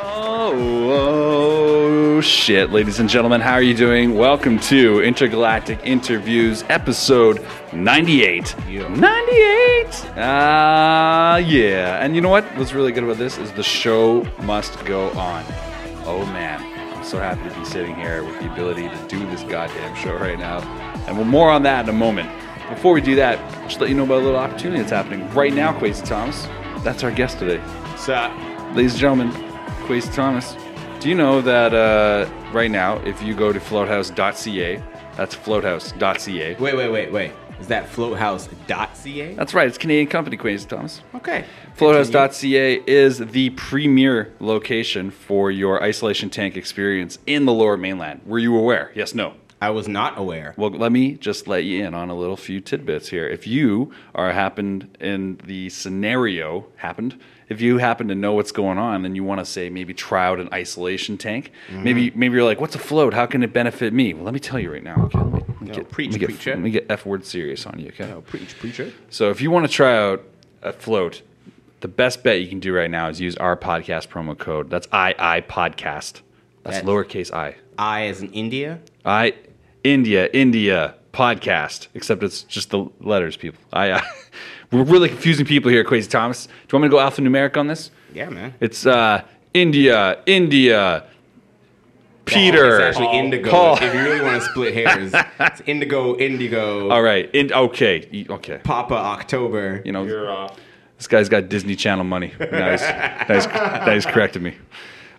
Oh, shit, ladies and gentlemen. How are you doing? Welcome to Intergalactic Interviews, episode 98. 98! Ah, yeah. And you know what? What's really good about this is the show must go on. Oh, man. I'm so happy to be sitting here with the ability to do this goddamn show right now. And we'll more on that in a moment. Before we do that, just let you know about a little opportunity that's happening right now, Quasi Thomas. That's our guest today. So, Ladies and gentlemen, Quasi Thomas, do you know that uh, right now, if you go to floathouse.ca, that's floathouse.ca. wait, wait, wait, wait. Is that floathouse.ca? That's right, it's a Canadian company, Quasi Thomas. Okay. Floathouse.ca is the premier location for your isolation tank experience in the lower mainland. Were you aware? Yes, no. I was not aware. Well, let me just let you in on a little few tidbits here. If you are happened in the scenario happened, if you happen to know what's going on and you want to say maybe try out an isolation tank, Mm-hmm. maybe maybe you're like, what's a float? How can it benefit me? Well, let me tell you right now. Okay, let me, let me No, get, preach, let me get, preacher. let me get F word serious on you. Okay. Oh, preach, preacher. So if you want to try out a float, the best bet you can do right now is use our podcast promo code. That's II podcast. That's That- lowercase i. I as in India. I India India podcast. Except it's just the letters, people. I uh, we're really confusing people here, Crazy Thomas. Do you want me to go alphanumeric on this? Yeah, man. It's uh, India India Peter. It's actually indigo. Paul. If you really want to split hairs, it's indigo, indigo, All right. In, okay. E- Okay. Papa October. You know, You're off. This guy's got Disney Channel money. Nice. nice. Nice corrected me.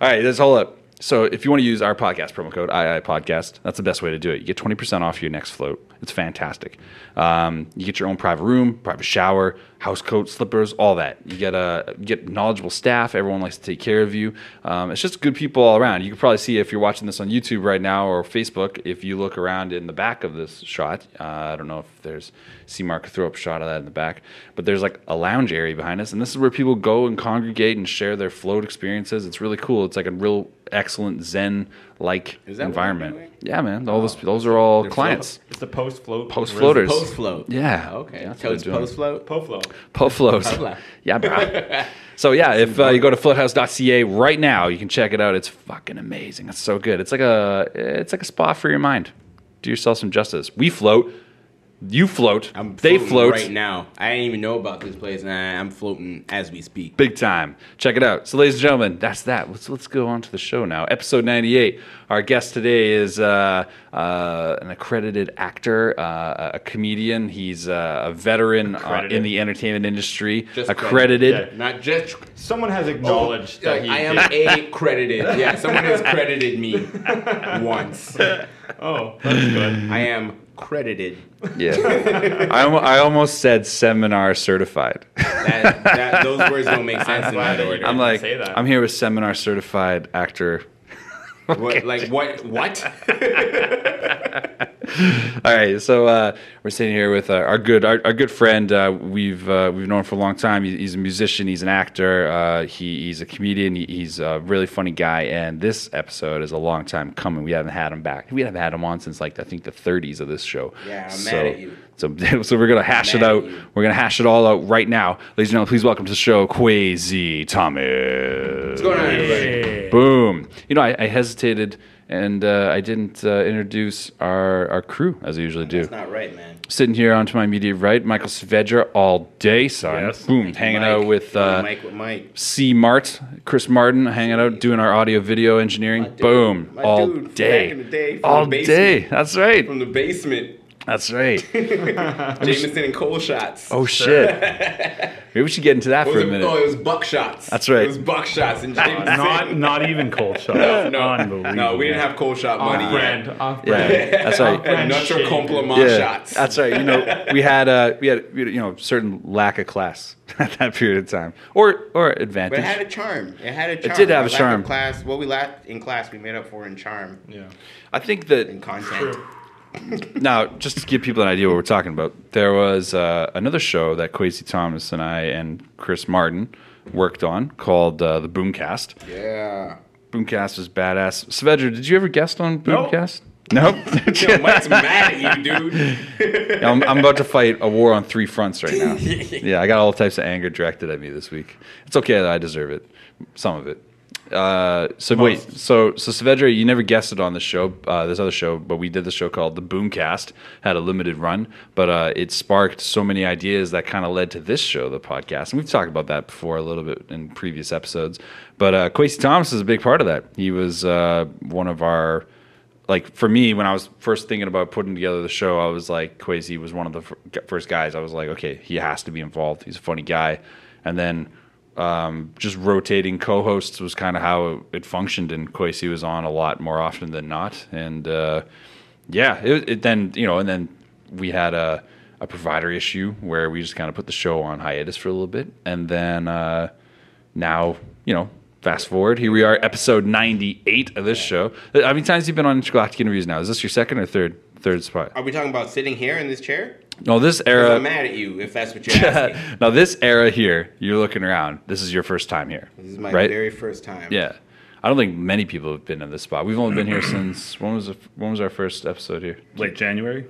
All right, that's all up. So if you want to use our podcast promo code II podcast, that's the best way to do it. You get 20% off your next float. It's fantastic. Um, you get your own private room, private shower, house coat, slippers, all that. You get a you get knowledgeable staff. Everyone likes to take care of you. Um, it's just good people all around. You can probably see if you're watching this on YouTube right now or Facebook. If you look around in the back of this shot, uh, I don't know if there's C Mark throw up a shot of that in the back, but there's like a lounge area behind us, and this is where people go and congregate and share their float experiences. It's really cool. It's like a real excellent Zen like Is that what we're environment. doing? Yeah, man. All those those are all clients. It's the post float. Post floaters. Post float. Yeah. Okay. Yeah, that's what so it's they're doing. post float. Post float. Puff flows. Puffla. Yeah, bro. so yeah, if uh, you go to floathouse.ca right now, you can check it out. It's fucking amazing. It's so good. It's like a it's like a spa for your mind. Do yourself some justice. We float. You float. I'm they floating float. right now. I didn't even know about this place, and I- I'm floating as we speak. Big time. Check it out. So, ladies and gentlemen, that's that. Let's let's go on to the show now. Episode ninety-eight. Our guest today is uh, uh, an accredited actor, uh, a comedian. He's uh, a veteran uh, Accredited. in the entertainment industry. Just accredited. credited. Not just Someone has acknowledged Oh, that he I am did- a credited. Yeah, someone has credited me once. Oh, that's good. I am credited. Yeah. I, almo- I almost said seminar certified. That, that, those words don't make sense in glad that that you order. I'm like, say that. I'm here with seminar certified actor. what, like what? What? All right, so uh, we're sitting here with uh, our good our, our good friend. Uh, we've uh, we've known for a long time. He, he's a musician. He's an actor. Uh, he, he's a comedian. He, he's a really funny guy. And this episode is a long time coming. We haven't had him back. We haven't had him on since like I think the 30s of this show. Yeah, I'm so, mad at you. So, so we're gonna hash I'm it mad at out. you. We're gonna hash it all out right now, ladies and gentlemen. Please welcome to the show, Quasi Thomas. What's going on, everybody? Hey. Boom. You know, I, I hesitated and uh, I didn't uh, introduce our, our crew as I usually do. That's not right, man. Sitting here onto my immediate right, Michael Svedra all day, son. Yes. Boom. Hanging out Mike. with uh, Mike with Mike. C. Mart, Chris Martin, hanging out, doing our audio video engineering. dude. Boom. My all dude from day. back in the day, from all the basement. day. That's right. From the basement, That's right. Jameson and Cole shots. Oh, shit. Maybe we should get into that What for was a it, oh, minute. it was buck shots. That's right. It was buck shots and Jameson. Not, not even cold shot. no, Unbelievable. no, we didn't have Cole shot money off yet. brand. Off Yeah, brand. that's right. Brand Not your shade. compliment shots. That's right. You know, we had uh, we had you know certain lack of class at that period of time, or or advantage. But it had a charm. It had a charm. did have Our a lack of charm. Class, what we lacked in class, we made up for in charm Yeah. I think that and content. True. now, just to give people an idea what we're talking about, there was uh, another show that Quasi Thomas and I and Chris Martin worked on called uh, the Boomcast. Yeah. Boomcast was badass. Svedra, did you ever guest on Nope. Boomcast? Nope. Yo, Mike's mad at you, dude. I'm, I'm about to fight a war on three fronts right now. yeah, I got all types of anger directed at me this week. It's okay, though. I deserve it. Some of it. Uh, so wait, so so Svedra, you never guessed it on this show, uh, this other show, but we did the show called The Boomcast, had a limited run, but uh, it sparked so many ideas that kind of led to this show, the podcast, and we've talked about that before a little bit in previous episodes. But uh, Quincy Thomas is a big part of that. He was uh, one of our like for me when I was first thinking about putting together the show, I was like Quasi was one of the fir- first guys. I was like, okay, he has to be involved. He's a funny guy, and then um, just rotating co-hosts was kind of how it functioned. And Quasi was on a lot more often than not, and uh, yeah, it, it then you know, and then we had a a provider issue where we just kind of put the show on hiatus for a little bit, and then. Uh, now, you know, fast forward, here we are, episode 98 of this show. Uh, How many times have you been on Intergalactic Interviews now? Is this your second or third third spot? Are we talking about sitting here in this chair? No, this 'Cause era. I'm mad at you if that's what you're asking. now, this era here, you're looking around. This is your first time here. this is my right? very first time. Yeah. I don't think many people have been in this spot. We've only been here since when was the, when was our first episode here? Late January.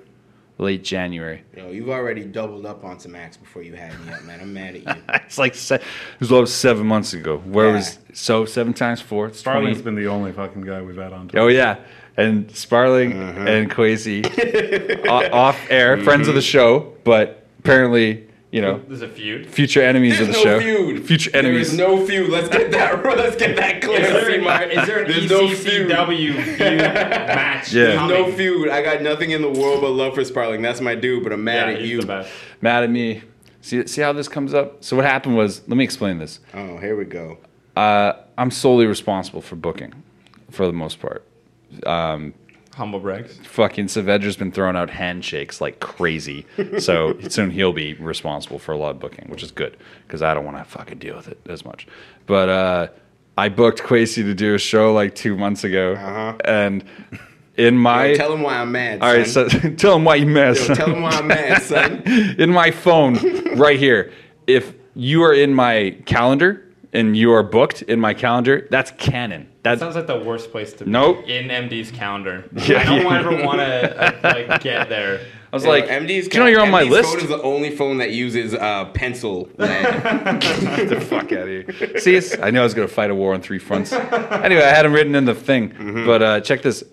Late January. You know, you've already doubled up on some acts before you had me up, man. I'm mad at you. It's like se- it was about seven months ago. Where Yeah. was so seven times four? It's 20 Farley's been the only fucking guy we've had on. Oh yeah, and Sparling Mm-hmm. and Quasi o- off air, friends of the show, but apparently you know There's a feud. future enemies of There's no the show. feud. Future There enemies. is no feud. Let's get that. Let's get that clear. Is there, an, is there an E There's no feud. ECCW feud match? Yeah. There's coming? no feud. I got nothing in the world but love for Sparling. That's my dude, but I'm Yeah, mad at he's you. the best. Mad at me. See see how this comes up. So what happened was, let me explain this. Oh, here we go. Uh, I'm solely responsible for booking, for the most part. Humble brags. Fucking Savage's been throwing out handshakes like crazy, so soon he'll be responsible for a lot of booking, which is good because I don't want to fucking deal with it as much. But uh, I booked Quasi to do a show like two months ago, Uh-huh. and in my Yo, tell him why I'm mad. all right, son. so tell him why you missed. Yo, tell him why I'm mad, son. in my phone right here. If you are in my calendar and you are booked in my calendar, that's canon. That's Sounds like the worst place to be. Nope. In MD's calendar. Yeah. I don't ever want to like get there. I was like, Yo, MD's do you know you're on my MD's list? Phone is the only phone that uses uh, pencil. lead. the fuck out of here. See, it's- I knew I was going to fight a war on three fronts. Anyway, I had him written in the thing. Mm-hmm. But uh, check this.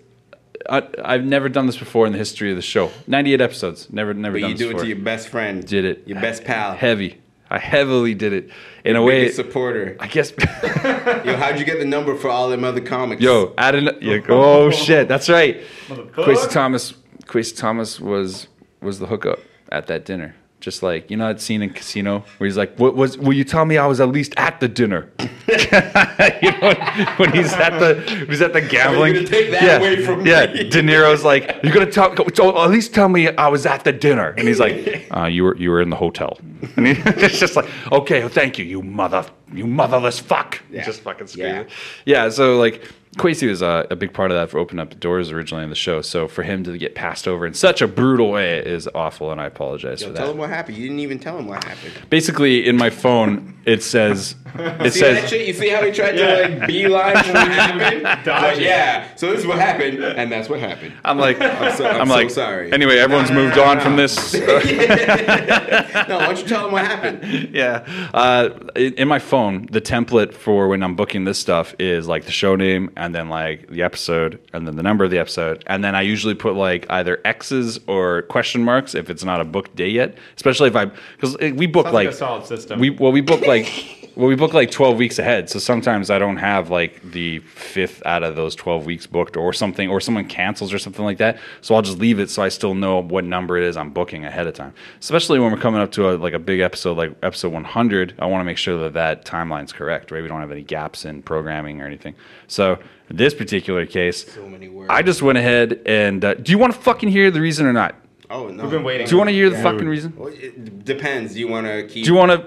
I, I've never done this before in the history of the show. 98 episodes. Never, never but done you this do it before. to your best friend. Did it. Your best pal. Heavy. I heavily did it. In a way, biggest supporter. I guess. Yo, how'd you get the number for all them other comics? Yo, add an. Yeah, oh shit, that's right. Motherfucker. Quasi Thomas, Quasi Thomas was was the hookup at that dinner. Just like you know that scene in Casino where he's like, "What was? Will you tell me I was at least at the dinner?" you know, when he's at the when he's at the gambling. gonna take that yeah, away from yeah. me. De Niro's like, "You're gonna tell? so at least tell me I was at the dinner." And he's like, uh, "You were you were in the hotel." And he, it's just like, "Okay, well, thank you, you mother, you motherless fuck." Yeah. Just fucking Yeah. screaming. Yeah, so like Quasi was a, a big part of that for opening up the doors originally in the show. So for him to get passed over in such a brutal way is awful, and I apologize Yo, for tell that. him what happened. You didn't even tell him what happened. Basically, in my phone, it says it See that says shit? You see how he tried to like beeline from what happened? Like, yeah. So this is what happened, and that's what happened. I'm like I'm, so- I'm so like sorry. Anyway, everyone's moved on from this. No, why don't you tell him what happened? yeah. Uh, in, in my phone, the template for when I'm booking this stuff is like the show name and then like the episode and then the number of the episode. And then I usually put like either X's or question marks if it's not a booked day yet, especially if I, because we book Sounds like, like, a solid system. we, well, we book like, well, we book like 12 weeks ahead. So sometimes I don't have like the fifth out of those 12 weeks booked or something, or someone cancels or something like that. So I'll just leave it so I still know what number it is I'm booking ahead of time. Especially when we're coming up to a, like a big episode, like episode 100, I want to make sure that that timeline's correct, right? We don't have any gaps in programming or anything. So this particular case, So many words. I just went ahead and uh, do you want to fucking hear the reason or not? oh no. We've been waiting. Do you want to hear the Yeah. fucking reason? Well, it depends. Do you want to keep? Do you want to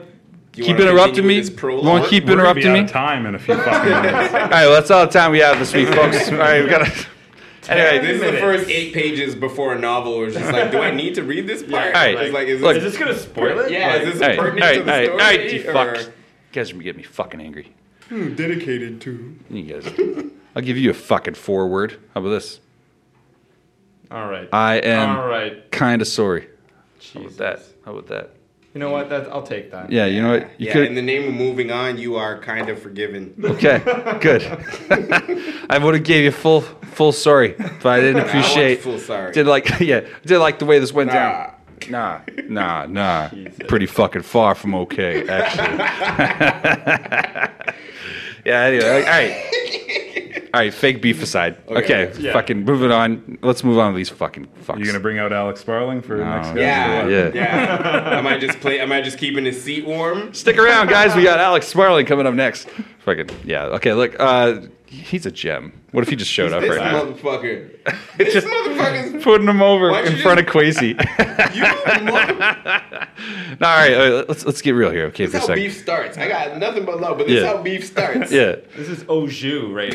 you keep wanna interrupting continue me? with this You prologue? want to keep We're gonna be interrupting out me? of time in a few fucking minutes. All right, well, that's all the time we have this week, folks. All right, we got to. Anyway, This is the minutes. first eight pages before a novel. Where it's just like, do I need to read this part? All right. It's like, is Look. is this this gonna spoil it? Yeah, Like, is this all right, all pertinent right, to all the right, all story? right, you or- fucks. You guys are getting me fucking angry. Hmm, dedicated to. You guys, I'll give you a fucking forward. How about this? All right. I am All right. kind of sorry. How Jesus. about that? How about that? You know what? That I'll take that. Yeah, you know what? You yeah, could in the name of moving on, you are kind of forgiven. Okay, good. I would have gave you full full sorry, but I didn't appreciate. full sorry. Did like yeah, did like the way this went Nah. down. Nah, nah, nah. Pretty fucking far from okay, actually. yeah. Anyway, all right. All right, fake beef aside. Okay, Okay. Yeah. fucking moving on. Let's move on with these fucking fucks. You gonna bring out Alex Sparling for next guest? or Yeah, what? Yeah. yeah. am I just play? Am I just keeping his seat warm? Stick around, guys. We got Alex Sparling coming up next. Fucking yeah. Okay, look, uh, he's a gem. What if he just showed up This right now? motherfucker. This Just- motherfucker's. putting him over Why'd in you front just- of Quasi. You mother- no, all right, all right, let's let's get real here, okay, This for a is how second. beef starts. I got nothing but love, but this is Yeah. how beef starts. Yeah, This is au jus right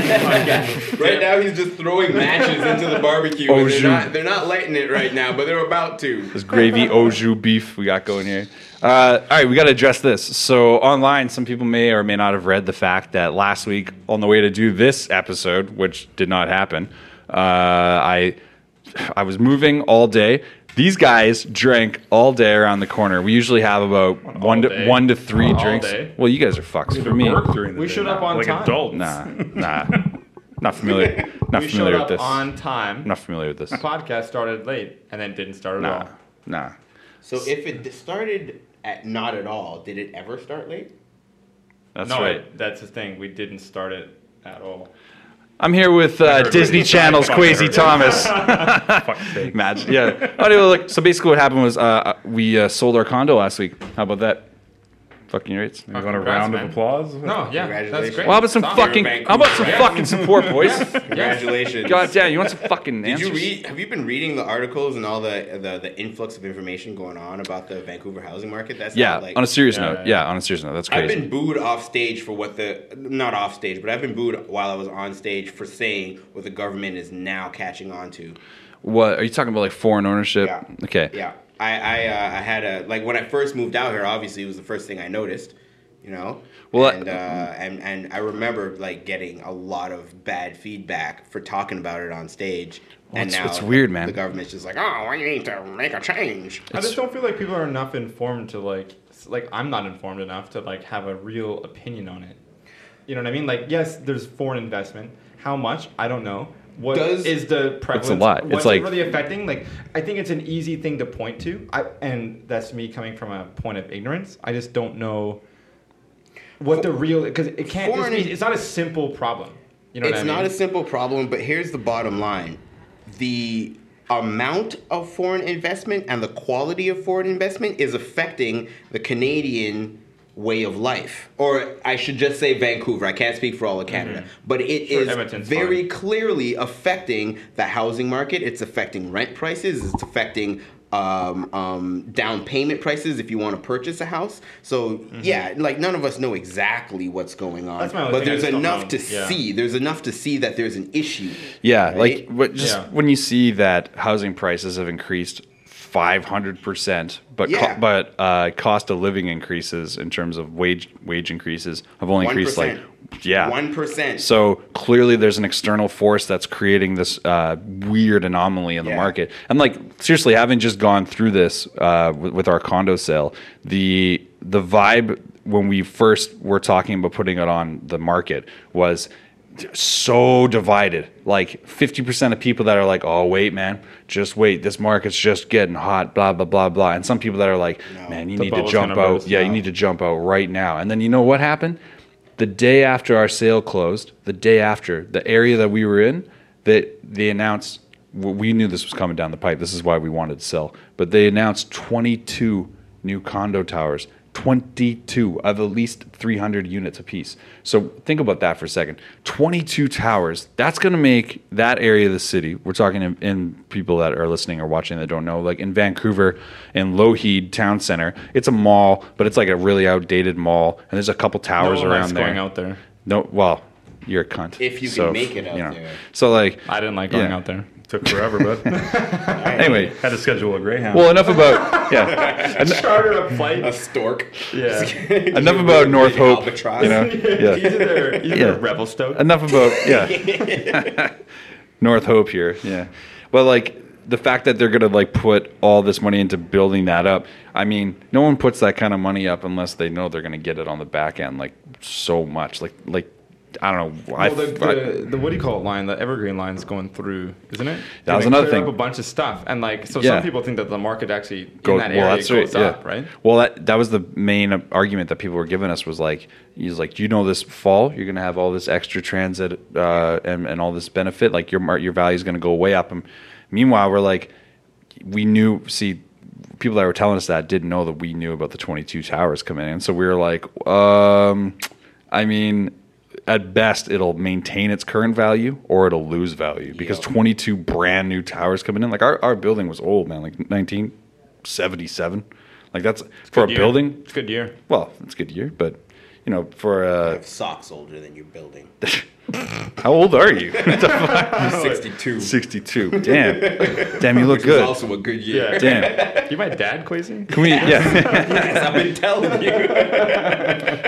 now. Right now, he's just throwing matches into the barbecue. Oh, and they're shoot. not. They're not lighting it right now, but they're about to. this gravy au jus beef we got going here. Uh, all right, we got to address this. So online, some people may or may not have read the fact that last week, on the way to do this episode, which did not happen, uh, I I was moving all day. These guys drank all day around the corner. We usually have about one to day? one to three All drinks. day? Well, you guys are fucks for For me. me, work during the We day, showed not up on like time. adults. Nah, nah, not familiar. Not we showed familiar with up this. on time. I'm not familiar with this. Podcast started late and then didn't start at Nah, all. nah. So if it started at not at all, did it ever start late? That's no, right. that's the thing. We didn't start it at all. I'm here with uh, heard Disney it. Channel's Fuck, I heard Quasi it. Thomas. Fuck's sake. Imagine, yeah. Oh, anyway, look. So basically, what happened was uh, we uh, sold our condo last week. How about that? Fucking rates. You want a Congrats, round man. of applause? No, yeah, that's Congratulations. great. Well, how about some Sounds- fucking? Vancouver, How about some yeah. fucking support, boys? Congratulations. God damn, you want some fucking Did answers? you read? Have you been reading the articles and all the the, the influx of information going on about the Vancouver housing market? That's Yeah, not like on a serious Yeah, note. yeah, Yeah, on a serious note. That's I've crazy. been booed off stage for what the not off stage, but I've been booed while I was on stage for saying what the government is now catching on to. what are you talking about? Like foreign ownership? Yeah. Okay. Yeah, I I, uh, I had a like when I first moved out here. Obviously, it was the first thing I noticed. You know. Well, I- and, uh, and and I remember like getting a lot of bad feedback for talking about it on stage. and it's- now it's weird, man. The government's just like, oh, we need to make a change. I just don't feel like people are enough informed to like, s- like I'm not informed enough to like have a real opinion on it. You know what I mean? Like, yes, there's foreign investment. How much? I don't know. What is Does- the prevalence? lot. It's What's like- it really affecting? Like, I think it's an easy thing to point to. I, and that's me coming from a point of ignorance. I just don't know what the real because it can't. Foreign- It's, it's not a simple problem. You know it's what I mean? not a simple problem, but here's the bottom line: the amount of foreign investment and the quality of foreign investment is affecting the Canadian way of life, or I should just say Vancouver. I can't speak for all of Canada, but it Mm-hmm. Sure, is Edmonton's very fine. clearly affecting the housing market. It's affecting rent prices. It's affecting. Um, um, down payment prices if you want to purchase a house. So yeah, like none of us know exactly what's going on, Mm-hmm. That's my only but thing, I there's just don't enough know. to Yeah. see there's enough to see that there's an issue. Yeah, like Right? what, just Yeah. when you see that housing prices have increased five hundred percent, but Yeah. co- but uh, cost of living increases in terms of wage wage increases have only increased like 1%. yeah one percent. So clearly, there's an external force that's creating this uh, weird anomaly in the Yeah. market. And like seriously, having just gone through this uh, with, with our condo sale, the the vibe when we first were talking about putting it on the market was so divided. Like 50% of people that are like, "Oh, wait, man, just wait. This market's just getting hot." Blah blah blah blah. And some people that are like, No. "Man, you The need to bubble's jump gonna out. burst Yeah, you now. need to jump out right now. And then you know what happened? The day after our sale closed, the day after, the area that we were in, that they announced w- we knew this was coming down the pipe. This is why we wanted to sell. But they announced 22 new condo towers, 22 of at least 300 units apiece. So think about that for a second. 22 towers. That's going to make that area of the city. We're talking in, in people that are listening or watching that don't know, like in Vancouver, in Lougheed Town Center. It's a mall, but it's like a really outdated mall, and there's a couple No towers one likes around there. going out there. No, well, you're a cunt. If you can make it out there. So like, I didn't like going Yeah. out there. Took forever, but anyway. had to schedule a Greyhound. Well, enough about yeah. Charter a flight. a stork. Yeah. Enough about North Big Hope. albatross. You know, yeah. He's either, he's Yeah. either Revelstoke. Enough about yeah. North Hope here. Yeah. Well, like the fact that they're gonna like put all this money into building that up. I mean, no one puts that kind of money up unless they know they're gonna get it on the back end like so much. Like like I don't know. I, Well, the, the, the what do you call it line, the evergreen line's going through, isn't it? That was And they another clear thing. Up a bunch of stuff, and like so, Yeah. some people think that the market actually Go- in that area goes right, up, right? Well, that that was the main argument that people were giving us was like, he's like, you know, this fall you're gonna have all this extra transit uh, and and all this benefit, like your mar- your value is gonna go way up. And meanwhile, we're like, we knew. See, people that were telling us that didn't know that we knew about the 22 towers coming in, so we were like, um, I mean. At best, it'll maintain its current value or it'll lose value because 22 brand new towers coming in. Like our, our building was old, man, like 1977. Like that's for a Good year. building. It's a good year. Well, it's a good year, but you know, for I uh, have socks older than your building. how old are you? You're 62. 62. Damn, damn, you look Which is good. also a good year. Yeah. Damn, You my dad, Quasi? can we? Yeah, Yes, I've been telling you.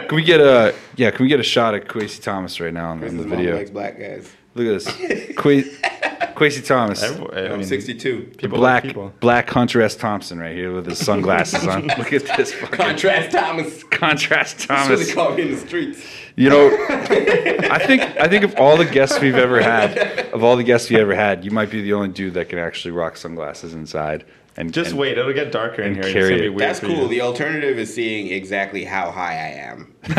can we get a? Yeah, can we get a shot at Quasi Thomas right now on, on the video? Likes black guys. Look at this, Qua- Quasi Thomas, Everyone- I I'm mean, 62. the people like black people. black Hunter S. Thompson right here with his sunglasses on. Look at this fucking Contrast Thomas. contrast, That's what they Thomas. call me in the streets. You know, I think I think of all the guests we've ever had, of all the guests we ever had, you might be the only dude that can actually rock sunglasses inside. And Just and- wait, it'll get darker in and here. It's carry gonna be it. weird That's for cool. You. The alternative is seeing exactly how high I am. and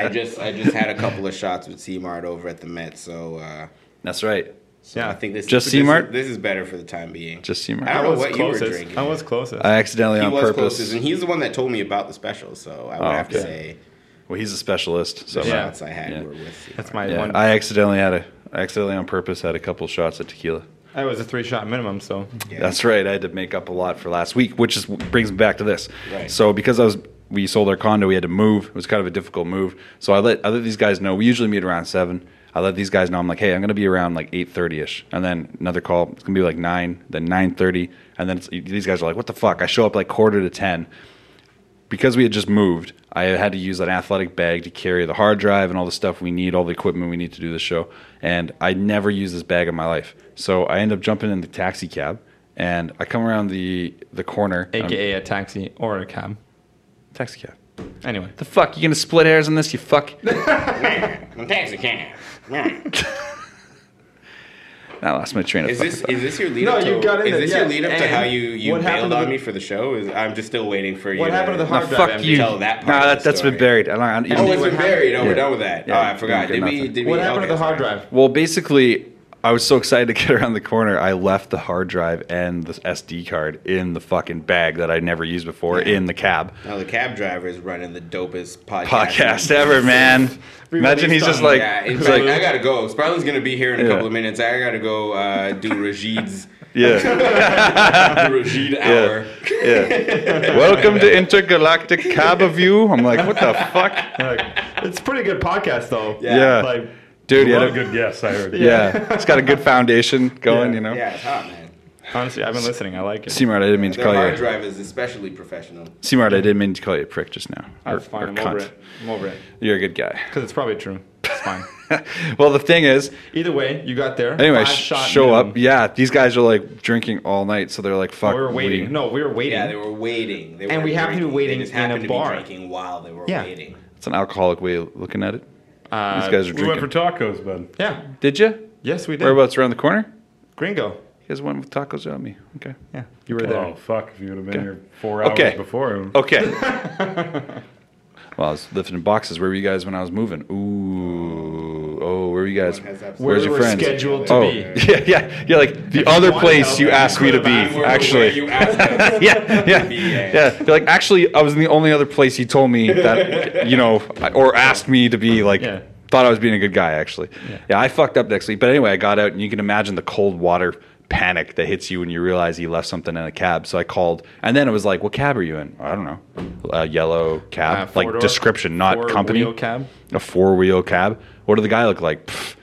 I just I just had a couple of shots with C Mart over at the Met, so uh, That's right. so Yeah. I think this Just this, C-Mart? is- This is better for the time being. Just see I my. don't I know was what closest. you were drinking. I was closest. I accidentally he on was purpose. closest, and he's the one that told me about the special. So I would Oh, have to okay. say well, he's a specialist. So the Yeah. shots I had Yeah. were with C-Mart. That's my yeah, one. I accidentally had a, I accidentally on purpose had a couple shots of tequila. I was a three shot minimum, so Yeah. That's right. I had to make up a lot for last week, which is brings me back to this. Right. So because I was, we sold our condo, we had to move. It was kind of a difficult move. So I let I let these guys know. We usually meet around seven. I let these guys know. I'm like, hey, I'm gonna be around like eight thirty ish, and then another call. It's gonna be like nine, then nine thirty, and then it's, these guys are like, what the fuck? I show up like quarter to ten because we had just moved, I had to use an athletic bag to carry the hard drive and all the stuff we need, all the equipment we need to do the show. And I never used this bag in my life. So I end up jumping in the taxi cab and I come around the, the corner. AKA a taxi or a cab. Um, taxi cab. Anyway, The fuck? You gonna split hairs on this, you fuck? I'm taxi cab. Mm. I lost my train of Is thought. this is this your lead No, up? to, you got in Is it, this yeah. your lead up to And how you you what bailed happened to on the- me for the show? Is I'm just still waiting for you. What happened to the No, hard drive fuck empty. you. Tell that part Nah, of the that, that's been story. buried. I don't, I don't- Oh, Andy, it's what been buried. Oh, Yeah. we're done with that. Yeah. oh, I forgot. Good Did we? nothing. Did we? what happened okay, to the hard sorry. drive? Well, basically, I was so excited to get around the corner, I left the hard drive and the SD card in the fucking bag that I never used before in the cab. Now the cab driver is running the dopest podcast. Podcast ever, man. Imagine he's just like, yeah, in he's fact, like, I gotta go. Sparlin's gonna be here in a Yeah. couple of minutes. I gotta go uh, do Rajid's yeah, Rajid hour. yeah. Welcome to Intergalactic Cab of You. I'm like, what the fuck, Like, it's pretty good podcast though. Yeah. Like, dude? A You lot had of a, good guess, I heard. yeah, it's got a good foundation going, Yeah. you know. Yeah, it's hot, man. honestly, I've been listening. I like it. Seamart, I didn't mean to Their call hard you. drive is especially professional. Seamart, I didn't mean to call you a prick just now. Or, That's fine. or I'm over cunt. it. I'm over it. You're a good guy. Because it's probably true. It's fine. well, the thing is, Either way, you got there. Anyway, Five sh- shot show minimum. up. Yeah, these guys are like drinking all night, so they're like, "Fuck." We were waiting. No, we were waiting. Yeah, they were waiting. They And weren't we happened to be drinking. waiting They just in a happened to be bar. drinking while they were Yeah. waiting. it's an alcoholic way of looking at it. Uh, These guys are We went for drinking. tacos, bud. Yeah. Did you? Yes, we did. Whereabouts around the corner? Gringo. You guys went with tacos without me. Okay. Yeah. You were there. Uh, Oh fuck! If you would have been here four hours Okay. before him. Okay. well, I was lifting boxes. Where were you guys when I was moving? Ooh. Oh, where were you guys? One has that- Where's Where your we were friends? scheduled to oh, be. yeah, yeah. You're like the other wanted place help, you you asked me to could've be. asked Where- where Actually. you asked us. yeah, yeah, Yeah. yeah. They're like, actually, I was in the only other place you told me that, you know, or asked me to be like, Yeah. thought I was being a good guy, actually. Yeah. I fucked up next week. But anyway, I got out, and you can imagine the cold water panic that hits you when you realize you left something in a cab. So I called, and then it was like, what cab are you in? I don't know. A yellow Uh, cab, like four-door, description, not four-wheel company. cab. A four wheel cab. What did the guy look like? Pff,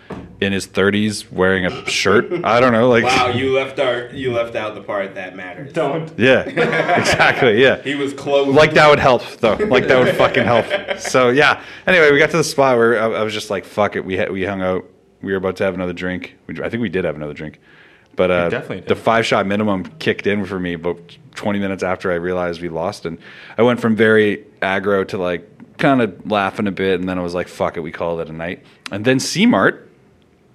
in his 30s, wearing a shirt? I don't know. Like, Wow, you left our you left out the part that matters. Don't. yeah, exactly. Yeah. He was close. like that would help though like that would fucking help so yeah anyway we got to the spot where i, I was just like fuck it we had we hung out we were about to have another drink we, i think we did have another drink But uh, definitely did. the five shot minimum kicked in for me, but 20 minutes after I realized we lost, and I went from very aggro to like kind of laughing a bit, and then I was like, "Fuck it, we call it a night." And then C Mart,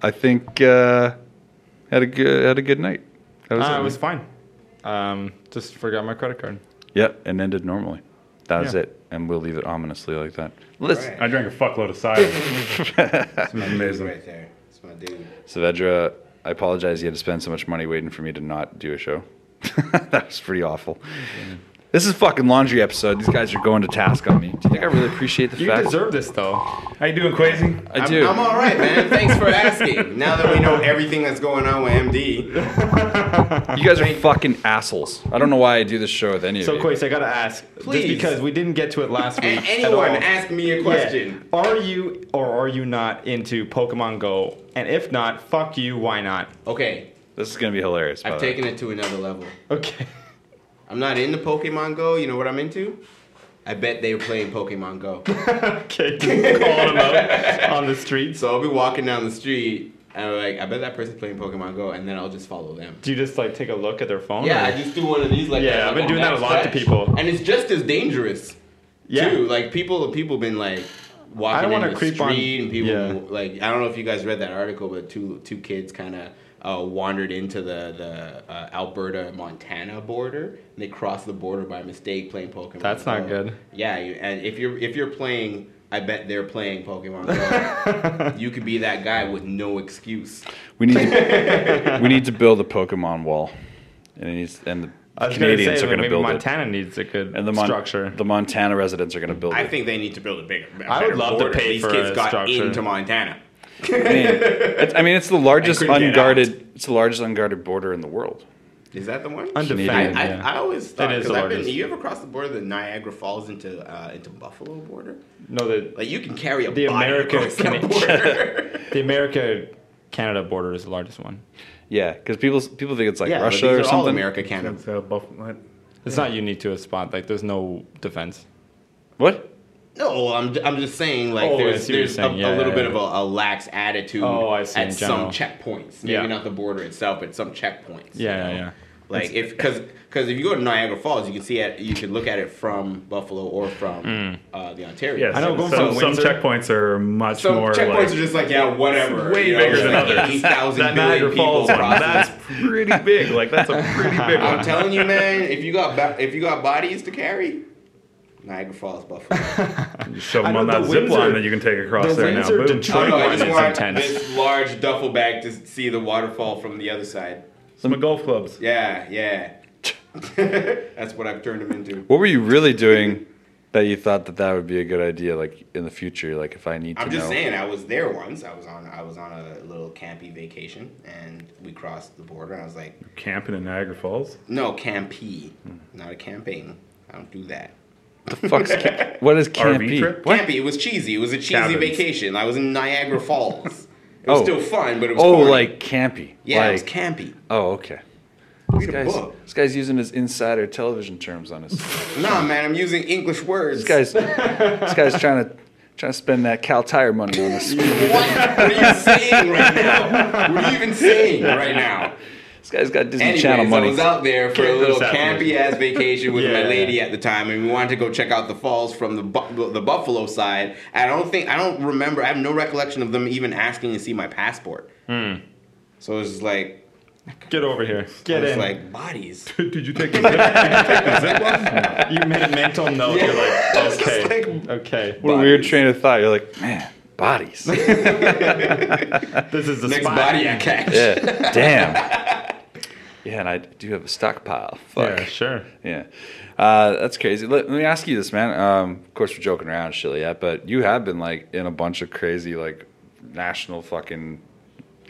I think uh, had a good had a good night. That Uh, it. it was fine. Um, just forgot my credit card. Yeah, and ended normally. That was Yeah. it, and we'll leave it ominously like that. Let's All right. I drank a fuckload of cider. this is amazing. Right there. That's my dude. Savedra, I apologize you had to spend so much money waiting for me to not do a show. that was pretty awful. This is fucking laundry episode. These guys are going to task on me. Do you think I really appreciate the You fact? deserve this though. How you doing, Quasi? I do. I'm all right, man. Thanks for asking. Now that we know everything that's going on with MD, you guys are fucking assholes. I don't know why I do this show with any So, of you. Quace, I gotta ask, Please. just because we didn't get to it last week. and at anyone all. ask me a Yeah. question. Are you or are you not into Pokemon Go? And if not, fuck you, why not? Okay, This is gonna be hilarious. by I've the way. taken it to another level. Okay. I'm not into Pokemon Go. You know what I'm into? I bet they were playing Pokemon Go. okay, just calling them out on the streets. So I'll be walking down the street and I'm like, I bet that person's playing Pokemon Go, and then I'll just follow them. Do you just like take a look at their phone? Yeah, or- I just do one of these like Yeah, that, I've like, been doing that a lot to backsplash. people. and it's just as dangerous Yeah. too. Like people, people been like walking I don't in wanna the creep on- street, and people yeah. like I don't know if you guys read that article, but two two kids kind of. Uh, wandered into the the uh, Alberta Montana border. And they crossed the border by mistake playing Pokemon. That's not Go. good. Yeah, you, and if you're if you're playing, I bet they're playing Pokemon Go. you could be that guy with no excuse. We need to, we need to build a Pokemon wall, and it needs and the I was gonna Canadians say, are gonna maybe build it, Montana needs a good and the Mon- structure. the Montana residents are gonna build I it. think they need to build a bigger. a I would better love to border. pay These for kids a got structure. into Montana. Man, it's, I mean, it's the largest couldn't get unguarded. It's the largest unguarded border in the world. Is that the one? Undefended. I, Canadian, I, yeah. I always thought It is because the I've been. largest. You ever cross the border the Niagara Falls into uh, into Buffalo border? no, the Like you can carry a The body America across that Canadian- border. the America Canada border is the largest one. Yeah, because people people think it's like yeah, Russia but these or are all something. America, Canada. That's, uh, Buff- what? It's not unique to a spot. Like there's no defense. What? No, I'm, I'm just saying like Oh, I there's see what you're there's a, saying. Yeah, a little yeah, bit yeah. of a, a lax attitude Oh, I see, at in some general. checkpoints. Maybe Yeah. not the border itself, but some checkpoints. you Yeah, know? yeah, yeah. Like if because because if you go to Niagara Falls, you can see it. You can look at it from Buffalo or from Mm. uh, the Ontario. Yes, I know going some, from some Windsor- checkpoints are much Some more. checkpoints like, are just like yeah, whatever. way you know, bigger it's than like others. 8,000 that million Niagara people Falls one. That's crossing. pretty big. Like that's a pretty big I'm one. telling you, man. If you got ba- if you got bodies to carry, Niagara Falls, Buffalo. You shove them I on know that the zip line Windsor- that you can take across the there now. Windsor Boom. Detroit- Oh, no, I One just is want intense. this large duffel bag to see the waterfall from the other side. Some golf clubs. Yeah, yeah. That's what I've turned them into. What were you really doing that you thought that that would be a good idea? Like in the future, like if I need to I'm just know. saying, I was there once. I was on I was on a little campy vacation, and we crossed the border. And I was like, Camping in Niagara Falls. no, campy, not a camping. I don't do that. Fuck's ca- what is can't RV be? trip? What? Campy. It was cheesy. It was a cheesy Cabins. vacation. I was in Niagara Falls. It was Oh. still fun, but it was Oh, corny. like campy. yeah, it was Like, campy. oh, okay. This Read a guy's, book. this guy's using his insider television terms on us. Nah, man, I'm using English words. This guy's this guy's trying to trying to spend that Cal Tire money on us. this What? what are you saying right now? What are you even saying right now? guy's got Disney Anyways, Channel I money. was out there for a Get little this out of campy here. ass vacation with my Yeah. lady at the time, and we wanted to go check out the falls from the bu- the Buffalo side. I don't think I don't remember. I have no recollection of them even asking to see my passport. Hmm. So it was just like Get over here. it Get was in. like bodies. Did you take the zip, did you take the zip line? you made a mental note. You're like, okay, okay. what a weird train of thought. You're like, man, bodies. This is the Next spot. body I catch. Yeah. Damn. Yeah, and I do have a stockpile. Fuck. Yeah, sure. Yeah, uh, that's crazy. Let, let me ask you this, man. Um, of course, we're joking around, and shit, like that, but you have been like in a bunch of crazy like national fucking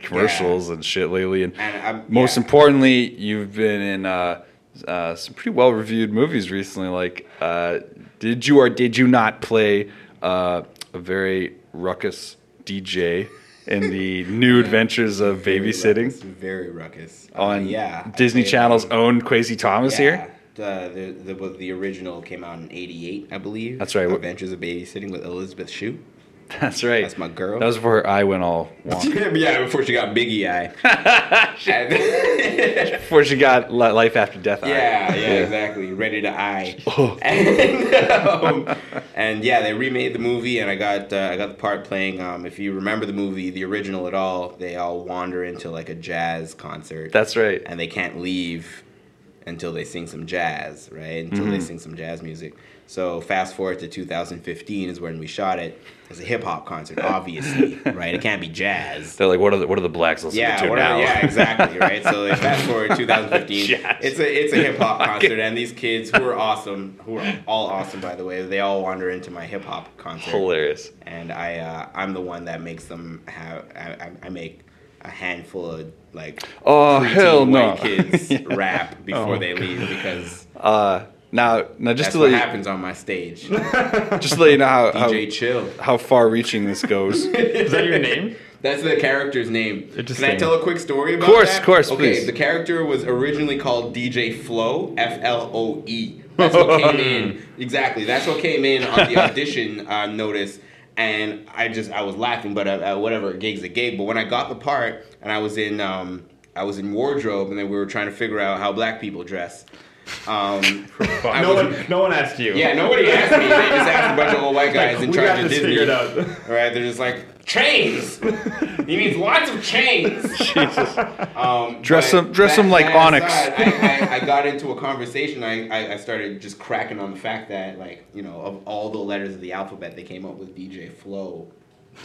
commercials and shit lately, and, And I'm- most yeah. importantly, you've been in uh, uh, some pretty well reviewed movies recently. Like, uh, did you or did you not play uh, a very ruckus DJ in the New Adventures of Very Babysitting ruckus, very ruckus. Uh, on yeah, Disney I- Channel's own Crazy Thomas here? Uh, the, the the original came out in '88, I believe. That's right. Adventures of Babysitting with Elizabeth Shue. That's right. That's my girl. That was before her eye went all wonk. yeah, before she got Biggie Eye. And- before she got li- life after death. eye. yeah, yeah, exactly. Ready to eye. Oh. And, um, and yeah, they remade the movie, and I got uh, I got the part playing. Um, if you remember the movie, the original at all, they all wander into like a jazz concert. That's right. and they can't leave until they sing some jazz, right? Until Mm-hmm. they sing some jazz music. So fast forward to 2015 is when we shot it. It's a hip hop concert, obviously, right? It can't be jazz. They're like, what are the what are the blacks listening Yeah, to what now? are- yeah, exactly, right? So they fast forward 2015. Jazz. It's a it's a hip hop concert, and these kids who are awesome, who are all awesome by the way, they all wander into my hip hop concert Hilarious. and I uh, I'm the one that makes them have I, I- I make a handful of like Oh, preteen hell no. white kids rap before they leave because Uh, now, now just that's to let what you, happens on my stage. just to let you know how DJ how, Chill. how far reaching this goes. Is that your name? That's the character's name. Can I Interesting. tell a quick story about Course, that? course, Okay, please. the character was originally called DJ Flow, F L O E. That's what came in. Exactly. That's what came in on the audition uh, notice. And I just I was laughing, but uh, uh, whatever gigs it gave. But when I got the part, and I was in um, I was in wardrobe, and then we were trying to figure out how black people dress. Um, I no was- one, no one asked you. yeah, nobody asked me. They just asked a bunch of old white guys in we charge got of this Disney. figured out. All right, they're just like chains. he needs lots of chains. Jesus. Um, Dress but him- dress that- him like that Onyx. aside, I, I, I got into a conversation. I, I, I started just cracking on the fact that like you know of all the letters of the alphabet, they came up with DJ Flow,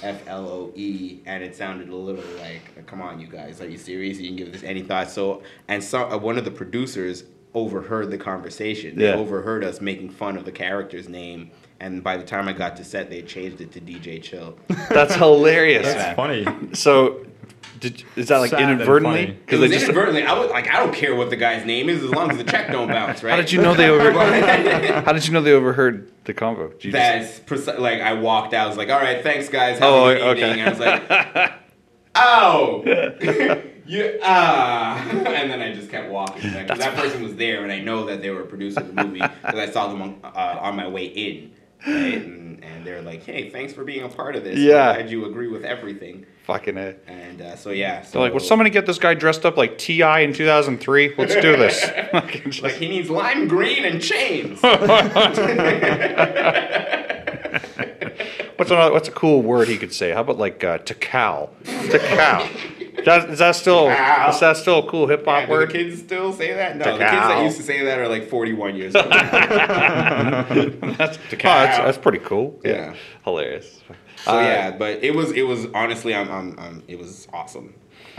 F L O E, and it sounded a little like, come on, you guys, are you serious? You can give this any thought? So and so, uh, one of the producers overheard the conversation. They Yeah. overheard us making fun of the character's name. And by the time I got to set, they changed it to DJ Chill. That's hilarious, man. That's funny. So, did, is that like Sad and inadvertently? funny. Because they just just inadvertently, I was like, I don't care what the guy's name is as long as the check don't bounce, right? how did you know they over? how did you know they overheard the convo? Did you just- That's preci- like I walked out. I was like, "All right, thanks, guys. Have Oh, a good okay. evening." I was like, "Oh, you ah," and then I just kept walking. Like, 'cause that person was there, and I know that they were a producer of the movie because I saw them on, uh, on my way in, right? and, and they're like, "Hey, thanks for being a part of this. Yeah. I'm glad you agree with everything." fucking it. And uh, so yeah, so They're like, will somebody get this guy dressed up like Ti in 2003? Let's do this. Fucking just- Like he needs lime green and chains. What's another, what's a cool word he could say? How about like uh, Takal? Takal. That, is that still Tikal. is that still a cool hip hop Yeah, do word? the kids still say that? No, the kids Tikal. that used to say that are like 41 years old. that's, oh, that's that's pretty cool. Yeah, Yeah. hilarious. So Uh, yeah, but it was it was honestly I'm, I'm, i it was awesome.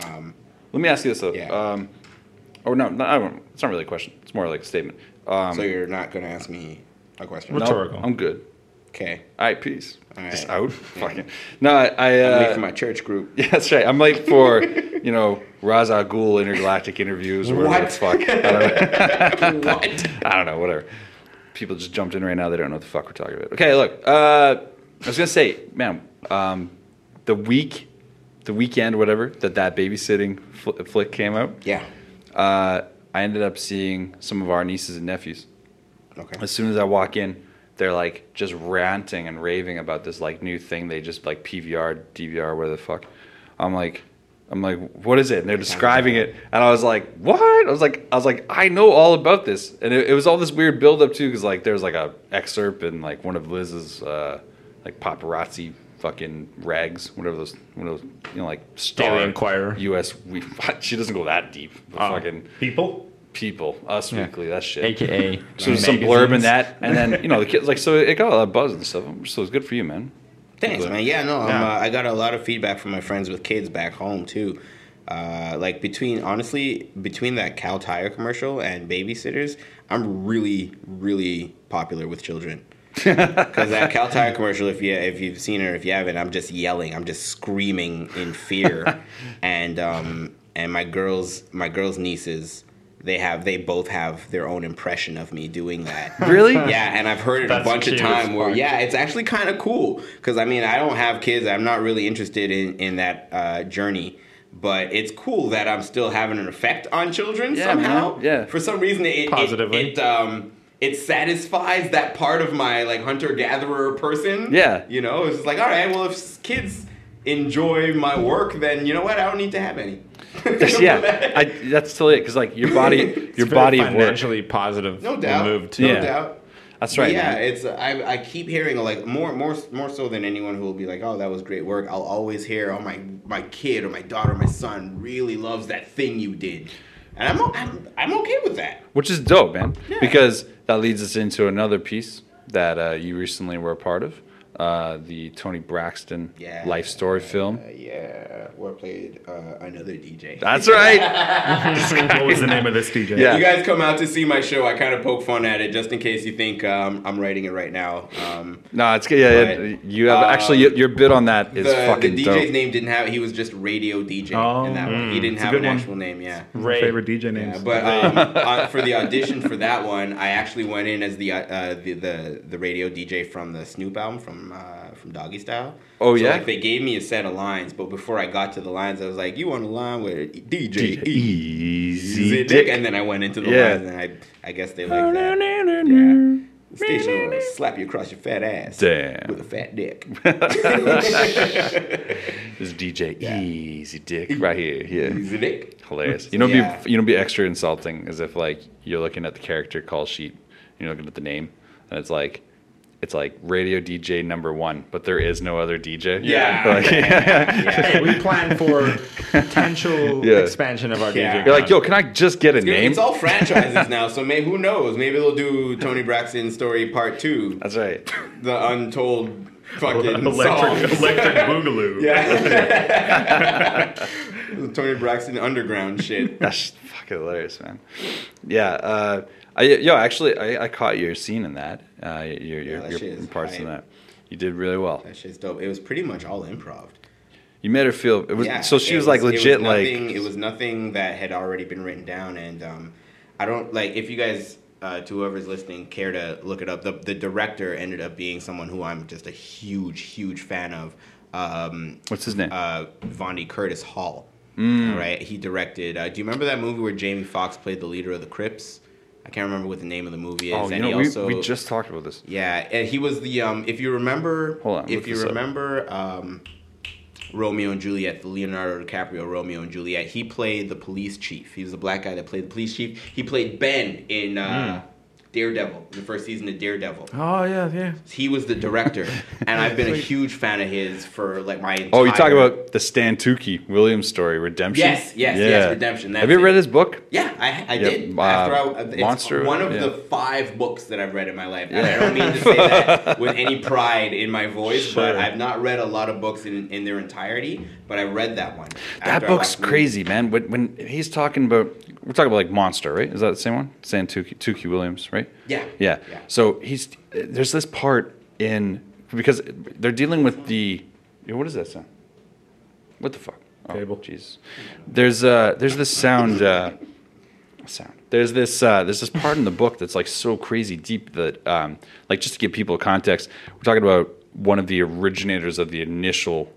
Um, Let me ask you this though. Yeah. Um, or no, no, I don't, it's not really a question. It's more like a statement. Um, so you're not gonna ask me a question? no, Rhetorical. I'm good. Okay. All right, peace. All right. Just out. Fucking. No, I. I I'm late uh, for my church group. yeah, that's right. I'm late for you know Ra's al Ghul intergalactic interviews or whatever What? the fuck. I don't know. what? I don't know, whatever. People just jumped in right now. They don't know what the fuck we're talking about. Okay, look. Uh, I was gonna say, man, um, the week, the weekend, whatever that that babysitting fl- flick came out. Yeah. Uh, I ended up seeing some of our nieces and nephews. Okay. As soon as I walk in, they're like just ranting and raving about this like new thing they just like PVR, DVR, where the fuck. I'm like, I'm like, what is it? And they're describing it, and I was like, what? I was like, I was like, I know all about this, and it, it was all this weird buildup too, because like there was like a excerpt and like one of Liz's uh, like paparazzi fucking rags, whatever those, one of those, you know, like Star Enquirer. U.S. We, she doesn't go that deep. but Oh. Fucking People? people, Us Weekly, that shit. AKA. So there's some blurb in that, and then you know the kids like so it got a lot of buzz and stuff. So it's good for you, man. Thanks, But- man. Yeah, no, I'm, Yeah. uh, I got a lot of feedback from my friends with kids back home too. Uh, like between honestly between that cow tire commercial and babysitters, I'm really really popular with children. Because that cow tire commercial, if you if you've seen it or if you haven't, I'm just yelling, I'm just screaming in fear, and um and my girls my girls nieces. They have. They both have their own impression of me doing that. Really? Yeah, and I've heard it a That's bunch of cute as time where fuck. yeah, it's actually kind of cool because I mean I don't have kids. I'm not really interested in in that uh, journey. But it's cool that I'm still having an effect on children Yeah, somehow. man. Yeah. For some reason, it it- Positively. It, um, it satisfies that part of my like hunter gatherer person. Yeah. You know, it's just like, all right, well, if s- kids enjoy my work, then you know what? I don't need to have any. yeah, I, that's totally it. Because like your body, your It's been a body of work. financially positive no doubt. move too. No Yeah. doubt. That's right. Yeah, man. it's I, I keep hearing like more more more so than anyone who will be like, oh, that was great work. I'll always hear, oh my my kid or my daughter, or my son really loves that thing you did, and I'm o- I'm, I'm okay with that. which is dope, man. Yeah. Because that leads us into another piece that uh, you recently were a part of, uh, the Tony Braxton Yeah. life story film. Uh, yeah, we played uh, another DJ. That's right. what was the name of this DJ? Yeah. You guys come out to see my show. I kind of poke fun at it just in case you think um, I'm writing it right now. Um, no, it's good. Yeah, yeah, Right. Um, you have actually your, your bit on that is the, the fucking DJ's dope. mm. name didn't have. He was just radio DJ in that Oh, one. He didn't it's a have an good one. actual name. Yeah. My favorite DJ names. Yeah, but um, uh, for the audition for that one, I actually went in as the uh, uh, the, the the radio DJ from the Snoop album from uh, from Doggy Style. Oh, So, yeah? like, they gave me a set of lines, but before I got to the lines, I was like, "You on the line with DJ, DJ E, Easy Dick. Dick. and then I went into the Yeah. lines, and I I guess they like that. Yeah. Station will slap you across your fat ass Damn. with a fat dick. This is DJ Easy Dick right here. Yeah. He's a dick. Hilarious. You know, what'd E- Yeah. be you know, what'd be extra insulting is if like you're looking at the character call sheet, and you're looking at the name, and it's like, it's like radio DJ number one, but there is no other DJ. Yeah. Like, we plan for potential Yeah. expansion of our Yeah. DJ. You're like, yo, can I just get a name? It's all franchises now, so maybe who knows? Maybe they'll do Tony Braxton story part two. That's right. the untold fucking electric, songs. electric boogaloo. yeah. The Tony Braxton underground shit. That's fucking hilarious, man. Yeah. Uh, I, yo, actually, I, I caught your scene in that. Uh, your your, that your shit is parts in hype. that. You did really well. That shit's dope. It was pretty much all improv. You made her feel. It was Yeah. so she it was like it legit, nothing- like it was nothing that had already been written down, and um, I don't like if you guys. Uh, to whoever's listening, care to look it up. The, the director ended up being someone who I'm just a huge, huge fan of. Um, what's his name? uh, Vondi Curtis Hall. Mm. All right, he directed. Uh, do you remember that movie where Jamie Foxx played the leader of the Crips? I can't remember what the name of the movie is. oh, you and know, he we, also, we just talked about this. yeah, and he was the um. If you remember, Hold on, look if you this up. remember, um, Romeo and Juliet, the Leonardo DiCaprio Romeo and Juliet, he played the police chief. He was the black guy that played the police chief. He played Ben in uh, Hmm. Daredevil, the first season of Daredevil. Oh yeah, yeah. He was the director, and I've been a huge fan of his for like my. Entire Oh, you talk about the Stan Tukey Williams story, Redemption. Yes, yes, yes, Redemption, Have that's you read it. his book? Yeah, I, I Yeah, did. uh, After I, it's Monster, one of yeah. the five books that I've read in my life. And Yeah. I don't mean to say that with any pride in my voice, but Sure. I've not read a lot of books in, in their entirety, but I read that one. That after I book's left uni. crazy, man. When, when he's talking about, we're talking about like Monster, right? Is that the same one? Stan Tukey, Tukey Williams, right? Yeah. yeah. Yeah. So he's there's this part in because they're dealing with the yo, what is that sound? What the fuck? Oh, Table. Jeez. There's uh there's this sound uh sound. There's this uh there's this part in the book that's like so crazy deep that um like just to give people context, we're talking about one of the originators of the initial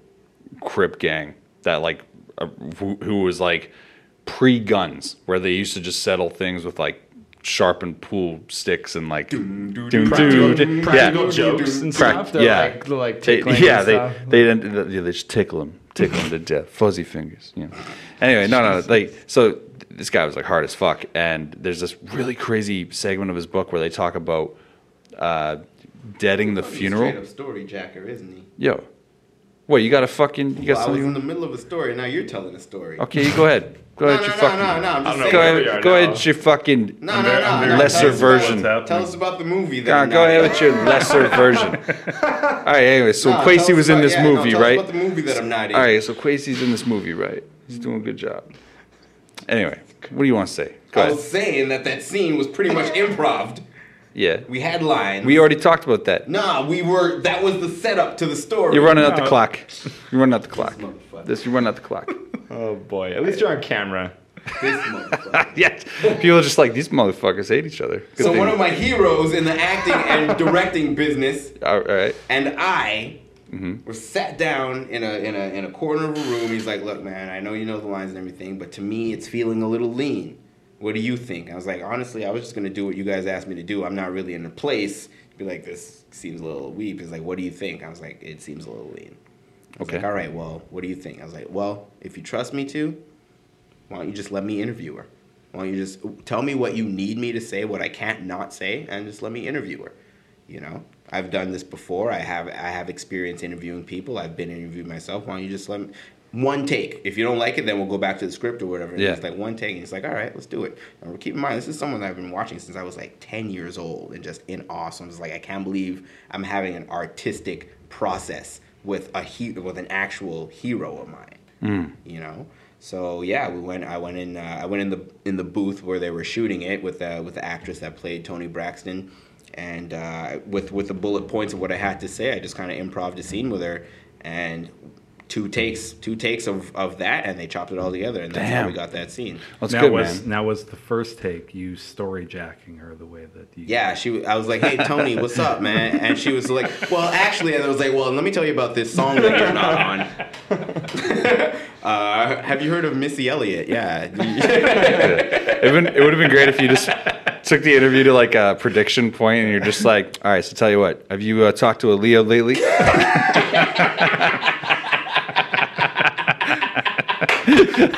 Crip gang that like uh, who, who was like pre guns where they used to just settle things with like sharpened pool sticks and like Doom, Practical, doom, practical yeah. jokes and Prac- stuff. They're yeah. like, they're like They- tickling yeah, and they stuff. they didn't they, they just tickle him, tickle him to death, fuzzy fingers. You know. Anyway, no, no, like so th- this guy was like hard as fuck, and there's this really crazy segment of his book where they talk about uh, deading the He's a funeral. Straight up story jacker, isn't he? Yo, what you got a fucking you got Well, I was something? in the middle of a story, now you're telling a story. okay, you go ahead, go No, ahead, no, you no, fucking. no, no, I'm just I don't know saying. Go where we ahead, are go now. ahead, with your fucking. No, very- no, I'm no, very no. lesser tell us about- version. Tell us about the movie. Go Then. on, go now. ahead with your lesser version. All right, anyway, so No, tell Quasi us was in about- this yeah, no, movie, tell us right? about the movie that I'm not in. All right, so Quasi's in this movie, right? He's doing a good job. Anyway, what do you want to say? Go I ahead. was saying that that scene was pretty much improv. Yeah. We had lines. We already talked about that. Nah, we were. That was the setup to the story. You're running out the No. clock. You're running out the clock. motherfucker. This, you're running out the clock. Oh boy! At least you're on camera. This motherfucker. yes. People are just like, these motherfuckers hate each other. Good so thing- one of my heroes in the acting and directing business, All right. and I, were sat down in a in a in a corner of a room. He's like, "Look, man, I know you know the lines and everything, but to me, it's feeling a little lean. What do you think? I was like, honestly, I was just gonna do what you guys asked me to do. I'm not really in a place. Be like, this seems a little weep. He's like, what do you think? I was like, it seems a little lean. I was Okay. Like, All right, well, what do you think? I was like, well, if you trust me to, why don't you just let me interview her? Why don't you just tell me what you need me to say, what I can't not say, and just let me interview her? You know, I've done this before. I have I have experience interviewing people. I've been interviewed myself. Why don't you just let me one take? If you don't like it, then we'll go back to the script or whatever. And Yeah. It's like one take, and it's like, all right, let's do it. And keep in mind, this is someone that I've been watching since I was like ten years old, and just in awe. So I'm just like, I can't believe I'm having an artistic process with a he- with an actual hero of mine you know. So yeah, we went. I went in. Uh, I went in the in the booth where they were shooting it with uh, with the actress that played Tony Braxton, and uh, with with the bullet points of what I had to say, I just kind of improvised a scene with her, and two takes two takes of, of that, and they chopped it all together, and that's how we Damn. got that scene. That's now good, was man. now was the first take you story jacking her the way that you Yeah, she. I was like, "Hey, Tony, what's up, man?" And she was like, "Well, actually," and I was like, "Well, let me tell you about this song that you're not on." uh, have you heard of Missy Elliott? Yeah. It would it would have been great if you just took the interview to like a prediction point and you're just like, all right, so tell you what, have you uh, talked to a Leo lately?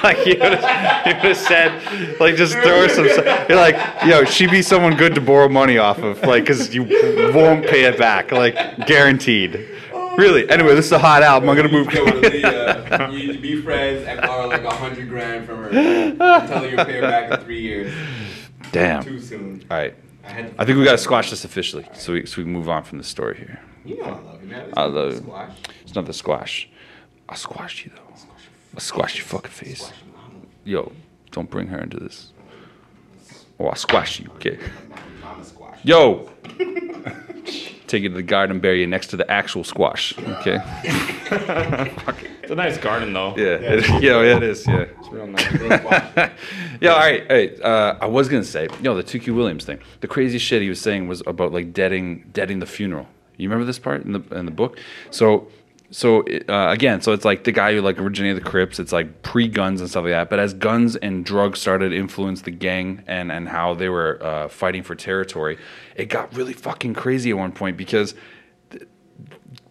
like you would have said, like just throw her some. You're like, yo, she be someone good to borrow money off of, like, cause you won't pay it back, like guaranteed. Really? Anyway, this is a hot album. I'm gonna move. Leah, uh, you need to be friends and borrow like a hundred grand from her. Until you pay her back in three years. Damn. soon. All right. I, had I think we gotta squash this officially, so we so we move on from the story here. You know I love you, man. This I is love you. squash. It's not the squash. I squashed you though. I squashed your fucking face. Squash mama. Yo, don't bring her into this. Oh, I squash you. Okay. Mama, mama squash. Yo. Take you to the garden, bury you next to the actual squash. Okay. It's a nice garden though. Yeah. It, yo, it is. Yeah. It's real nice. Yeah. All right. Hey, uh, I was gonna say, yo, the Tukey Williams thing. The crazy shit he was saying was about like deading, deading the funeral. You remember this part in the in the book? So, so uh, again, so it's like the guy who like originated the Crips. It's like pre guns and stuff like that. But as guns and drugs started to influence the gang and and how they were uh, fighting for territory, it got really fucking crazy at one point because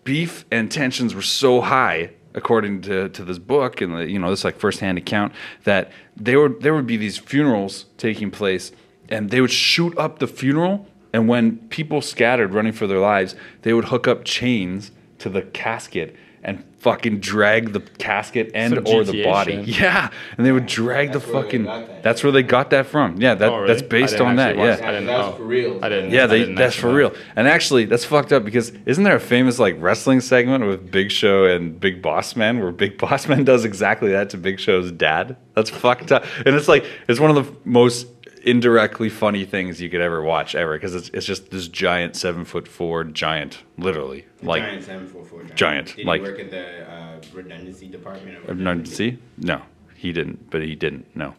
beef and tensions were so high according to, to this book and the, you know this like firsthand account that they were there would be these funerals taking place and they would shoot up the funeral and when people scattered running for their lives they would hook up chains to the casket and fucking drag the casket and Some or the GTA body shit. yeah and they would drag That's the where they fucking got that. that's where they got that from yeah that Oh, really? that's I based didn't on that actually yeah watch that. I didn't That was know. for real. I didn't. yeah, I they, didn't that's for actually know. real. And actually, that's fucked up because isn't there a famous like wrestling segment with Big Show and Big Boss Man where Big Boss Man does exactly that to Big Show's dad? That's fucked up. And it's like it's one of the most indirectly funny things you could ever watch ever because it's it's just this giant seven foot four giant, literally like giant seven four four giant. Giant, Did like- you work at the uh, redundancy department? Or redundancy. No, he didn't, but he didn't. No,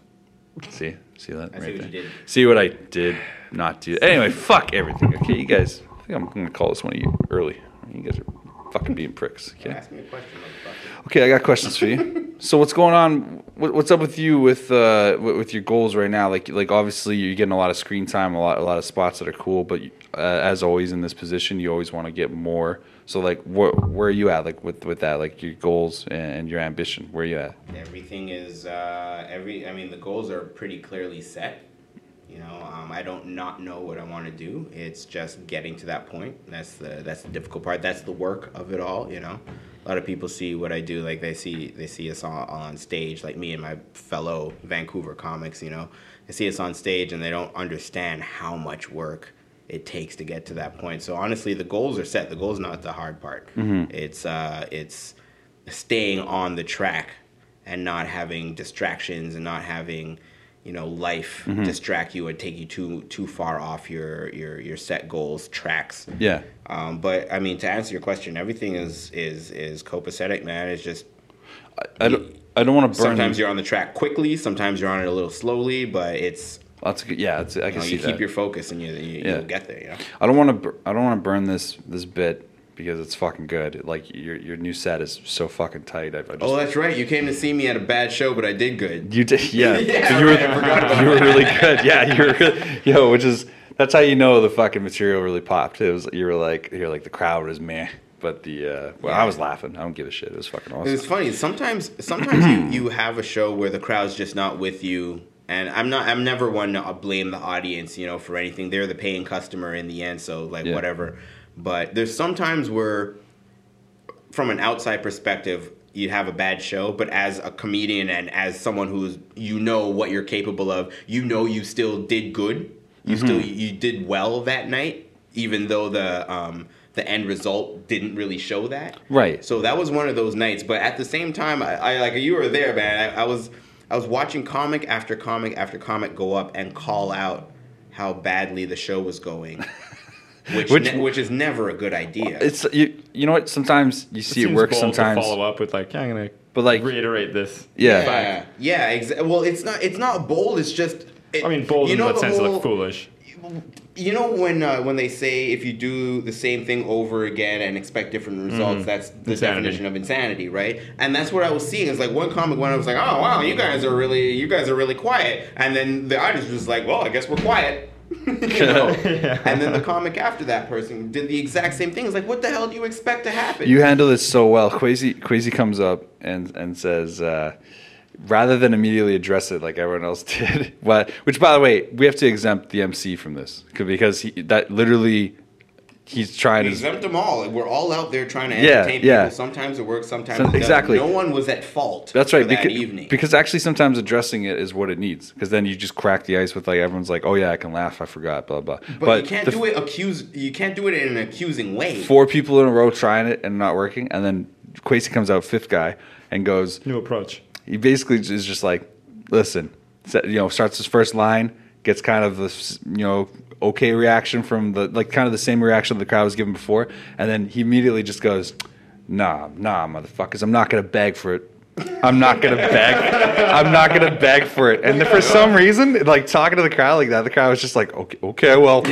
see, see that I right see what you there? did. See what I did not do. Anyway, fuck everything. Okay, you guys. I think I'm gonna call this one of you early. You guys are fucking being pricks. Okay. Ask me a question, motherfucker. Okay, I got questions for you. So what's going on? What, what's up with you with uh wi- with your goals right now? Like like obviously you're getting a lot of screen time, a lot a lot of spots that are cool, but you- uh, as always in this position, you always want to get more. So like where where are you at like with with that like your goals and, and your ambition? Where are you at? Everything is uh, every. I mean, the goals are pretty clearly set. You know, um, I don't not know what I want to do. It's just getting to that point. That's the that's the difficult part. That's the work of it all. You know, a lot of people see what I do. Like they see they see us all, all on stage, like me and my fellow Vancouver comics. You know, they see us on stage and they don't understand how much work it takes to get to that point. So honestly, the goals are set. The goals not the hard part. It's uh, it's staying on the track and not having distractions and not having you know life Mm-hmm. distract you or take you too too far off your your your set goals tracks Yeah. um, but i mean to answer your question everything is is is copacetic man it's just I don't, I don't want to burn. sometimes you're on the track quickly sometimes you're on it a little slowly but it's That's good. Yeah, it's, I you, can know, see you keep that. your focus and you, you Yeah. you'll get there you know I don't want to. I don't want to burn this this bit because it's fucking good. Like your your new set is so fucking tight. I, I just, Oh, that's right. You came to see me at a bad show, but I did good. You did, yeah. Yeah, So you were, right, I forgot about you were really good. Yeah, you were, really- yo, which is that's how you know the fucking material really popped. It was you were like you were like the crowd was meh, but the uh, well, I was laughing. I don't give a shit. It was fucking awesome. It's funny. Sometimes, sometimes you, you have a show where the crowd's just not with you, and I'm not. I'm never one to blame the audience, you know, for anything. They're the paying customer in the end, so like Yeah. whatever. But there's sometimes where, from an outside perspective, you have a bad show. But as a comedian and as someone who's you know what you're capable of, you know you still did good. You still you did well that night, even though the um, the end result didn't really show that. Right. So that was one of those nights. But at the same time, I, I like you were there, man. I, I was I was watching comic after comic after comic go up and call out how badly the show was going, Which- which which, which is never a good idea. It's you. You know what? Sometimes you see it, Seems work. bold to Sometimes follow up with like, yeah, I'm gonna But, like- reiterate this. yeah. yeah, yeah. Exa- well, it's not it's not bold. It's just it- I mean, bold in know what the sense? whole- Look foolish. You know when uh, when they say if you do the same thing over again and expect different results, that's the Mm-hmm. Insanity. definition of insanity, right? And that's what I was seeing. It's like one comic when I was like, "Oh wow, you guys are really you guys are really quiet," and then the audience was like, "Well, I guess we're quiet." you know? And then the comic after that person did the exact same thing. It's like, what the hell do you expect to happen? You handle this so well. Quasi Quasi comes up and and says, uh, rather than immediately address it like everyone else did, but which by the way, we have to exempt the MC from this 'cause- because he, that literally he's trying We his exempt them all. We're all out there trying to Yeah, entertain yeah. people. Sometimes it works, sometimes So- it doesn't. exactly. No one was at fault. That's right. For that becau- evening. Because actually, sometimes addressing it is what it needs. Because then you just crack the ice with like everyone's like, "Oh yeah, I can laugh. I forgot." Blah blah. but, you can't do it accuse. You can't do it in an accusing way. Four people in a row trying it and not working, and then Quasi comes out fifth guy and goes, New approach. he basically is just like, listen, so- you know, starts his first line, gets kind of this, you know, okay reaction from the, like, kind of the same reaction the crowd was given before. And then he immediately just goes, nah, nah, motherfuckers, I'm not going to beg for it. I'm not gonna beg. I'm not gonna beg for it. And then for some reason, like talking to the crowd like that, the crowd was just like, okay, okay, well,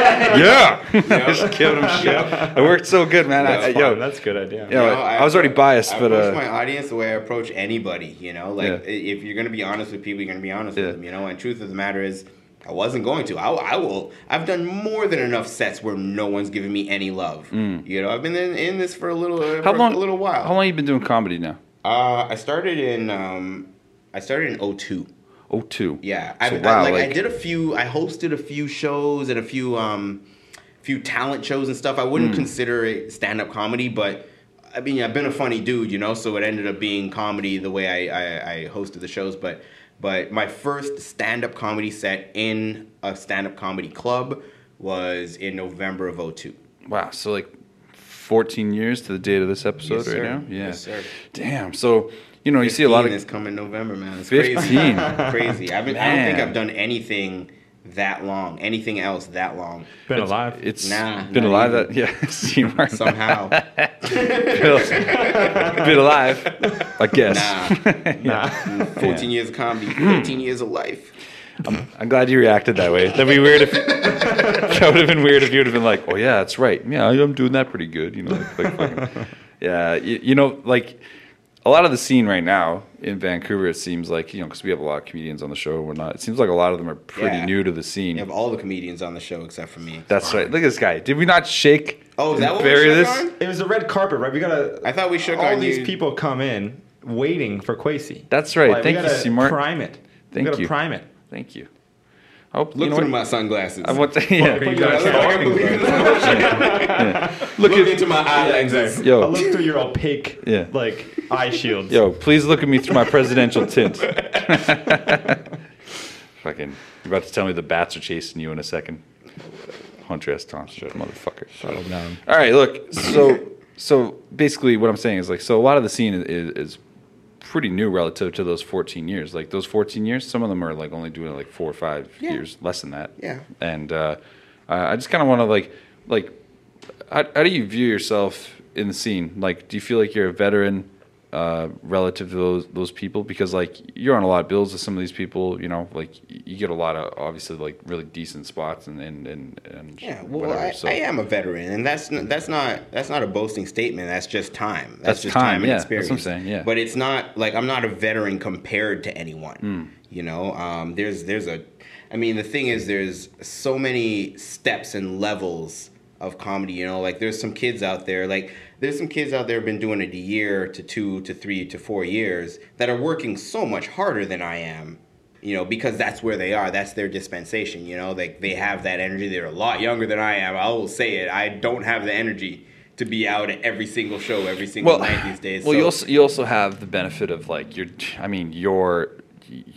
yeah, just giving him shit. It worked so good, man. I, I, That's, yo, fun. That's a good idea. Yeah. You I was already biased, I but, approach uh, my audience the way I approach anybody. You know, like Yeah. i- if you're gonna be honest with people, you're gonna be honest Yeah. with them. You know, and truth of the matter is, I wasn't going to. I, I will. I've done more than enough sets where no one's giving me any love. You know, I've been in, in this for a little, uh, Mm. how for long? a little while. How long you been doing comedy now? Uh, I started in um, I started in 02. Oh, two. Yeah, So, I, wow, I, like, like- I did a few. I hosted a few shows and a few um, few talent shows and stuff. I wouldn't consider it stand up comedy, but I mean, I've been a funny dude, you know. So it ended up being comedy the way I I, I hosted the shows. But but my first stand up comedy set in a stand up comedy club was in November of 02. Wow. So like 14 years to the date of this episode Yes, right sir. now? Yeah. Yes, sir. Damn. So, you know, you see a lot 15 is of. coming November, man. It's crazy. 15. crazy. I've been, I don't think Man. I've done anything that long, anything else that long. Been alive. It's Nah, been not alive even. that. Yeah. See, Mark. Somehow, been alive, I guess. nah. nah. 14 years of comedy, Hmm. 13 years of life. I'm glad you reacted that way. That'd be weird if. that would have been weird if you would have been like, oh, yeah, that's right. Yeah, I'm doing that pretty good. You know, like, like fucking- Yeah. You, you know, like. A lot of the scene right now in Vancouver, it seems like, you know, because we have a lot of comedians on the show and whatnot, it seems like a lot of them are pretty Yeah. new to the scene. You have all the comedians on the show except for me. That's right. Look at this guy. Did we not shake? Oh, is that and what bury we shook this? on? It was the red carpet, right? We gotta. I thought we shook all on these you. people come in waiting for Quasi. That's right. we Thank you, gotta Seymour. Prime it. Thank we gotta you. Prime it. Thank you. Oh, Look you know through what? my sunglasses. I want to, yeah. Look, Look, you I gotta look check. like I believe in at into my eye lenses. I yo, look through your opaque, Oh. Yeah. like eye shields. yo. Please look at me through my presidential tint. Fucking, you're about to tell me the bats are chasing you in a second. Hunter S. Thompson, motherfucker. down. All right, look. So, so basically, what I'm saying is like, so a lot of the scene is, is, is pretty new relative to those 14 years. Like those 14 years, some of them are like only doing it like four or five Yeah. years, less than that. Yeah. And uh, I I just kind of want to like, like, how, how do you view yourself in the scene? Like, do you feel like you're a veteran uh, relative to those those people because like you're on a lot of bills with some of these people. You know, like y- you get a lot of obviously like really decent spots and and and, and Yeah, well, I, so I uh, am a veteran, and that's n- that's not that's not a boasting statement. That's just time. That's That's, just time, time, and yeah, that's what I'm experience. saying, yeah. but it's not like I'm not a veteran compared to anyone. Hmm. You know, um, there's there's a, I mean, the thing is, there's so many steps and levels of comedy. You know, like there's some kids out there, like there's some kids out there who've been doing it a year to two to three to four years that are working so much harder than I am you know, because that's where they are. That's their dispensation. You know, like they have that energy. They're a lot younger than I am. I will say it. I don't have the energy to be out at every single show, every single night these days. Well, so- you also you also have the benefit of like you're. I mean, you're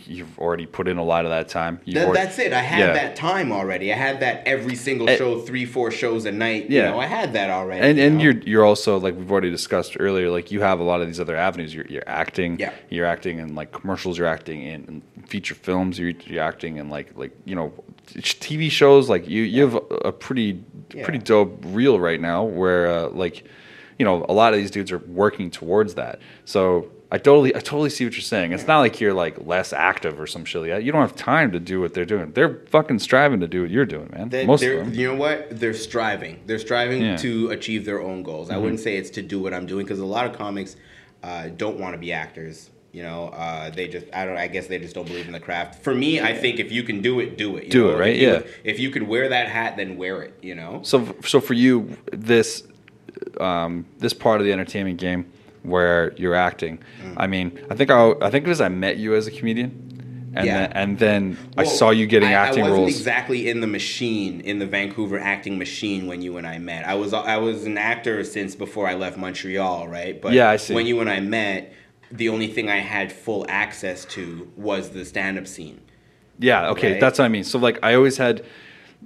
you've already put in a lot of that time. You've Th- already- that's it. I had Yeah. that time already. I had that every single Eh. show, three, four shows a night. Yeah. You know, I had that already. and you and know? you're you're also like we've already discussed earlier like you have a lot of these other avenues you're, you're acting Yeah. you're acting in like commercials you're acting in, in feature films you're, you're acting in like like you know TV shows like you you have a, a pretty Yeah. pretty dope reel right now where uh, like you know a lot of these dudes are working towards that so I totally I totally see what you're saying it's not like you're like less active or some shit like that you don't have time to do what they're doing they're fucking striving to do what you're doing man They- most of they're- them You know what? They're striving. They're striving Yeah. Mm-hmm. to achieve their own goals. I wouldn't say it's to do what I'm doing because a lot of comics uh, don't want to be actors. You know, uh, they just I don't. I guess they just don't believe in the craft. For me, I think if you can do it, do it. you Do it, know? right? If you- Yeah. If you could wear that hat, then wear it. You know. So, so for you, this um, this part of the entertainment game where you're acting. Mm. I mean, I think I, I think it was I met you as a comedian, and Yeah. then, and then I Well, saw you getting I- acting I wasn't roles. exactly in the machine in the Vancouver acting machine when you and I met. I was I was an actor since before I left Montreal, right? But Yeah, I see. when you and I met, the only thing I had full access to was the stand-up scene. Yeah, okay, Right? that's what I mean. So like I always had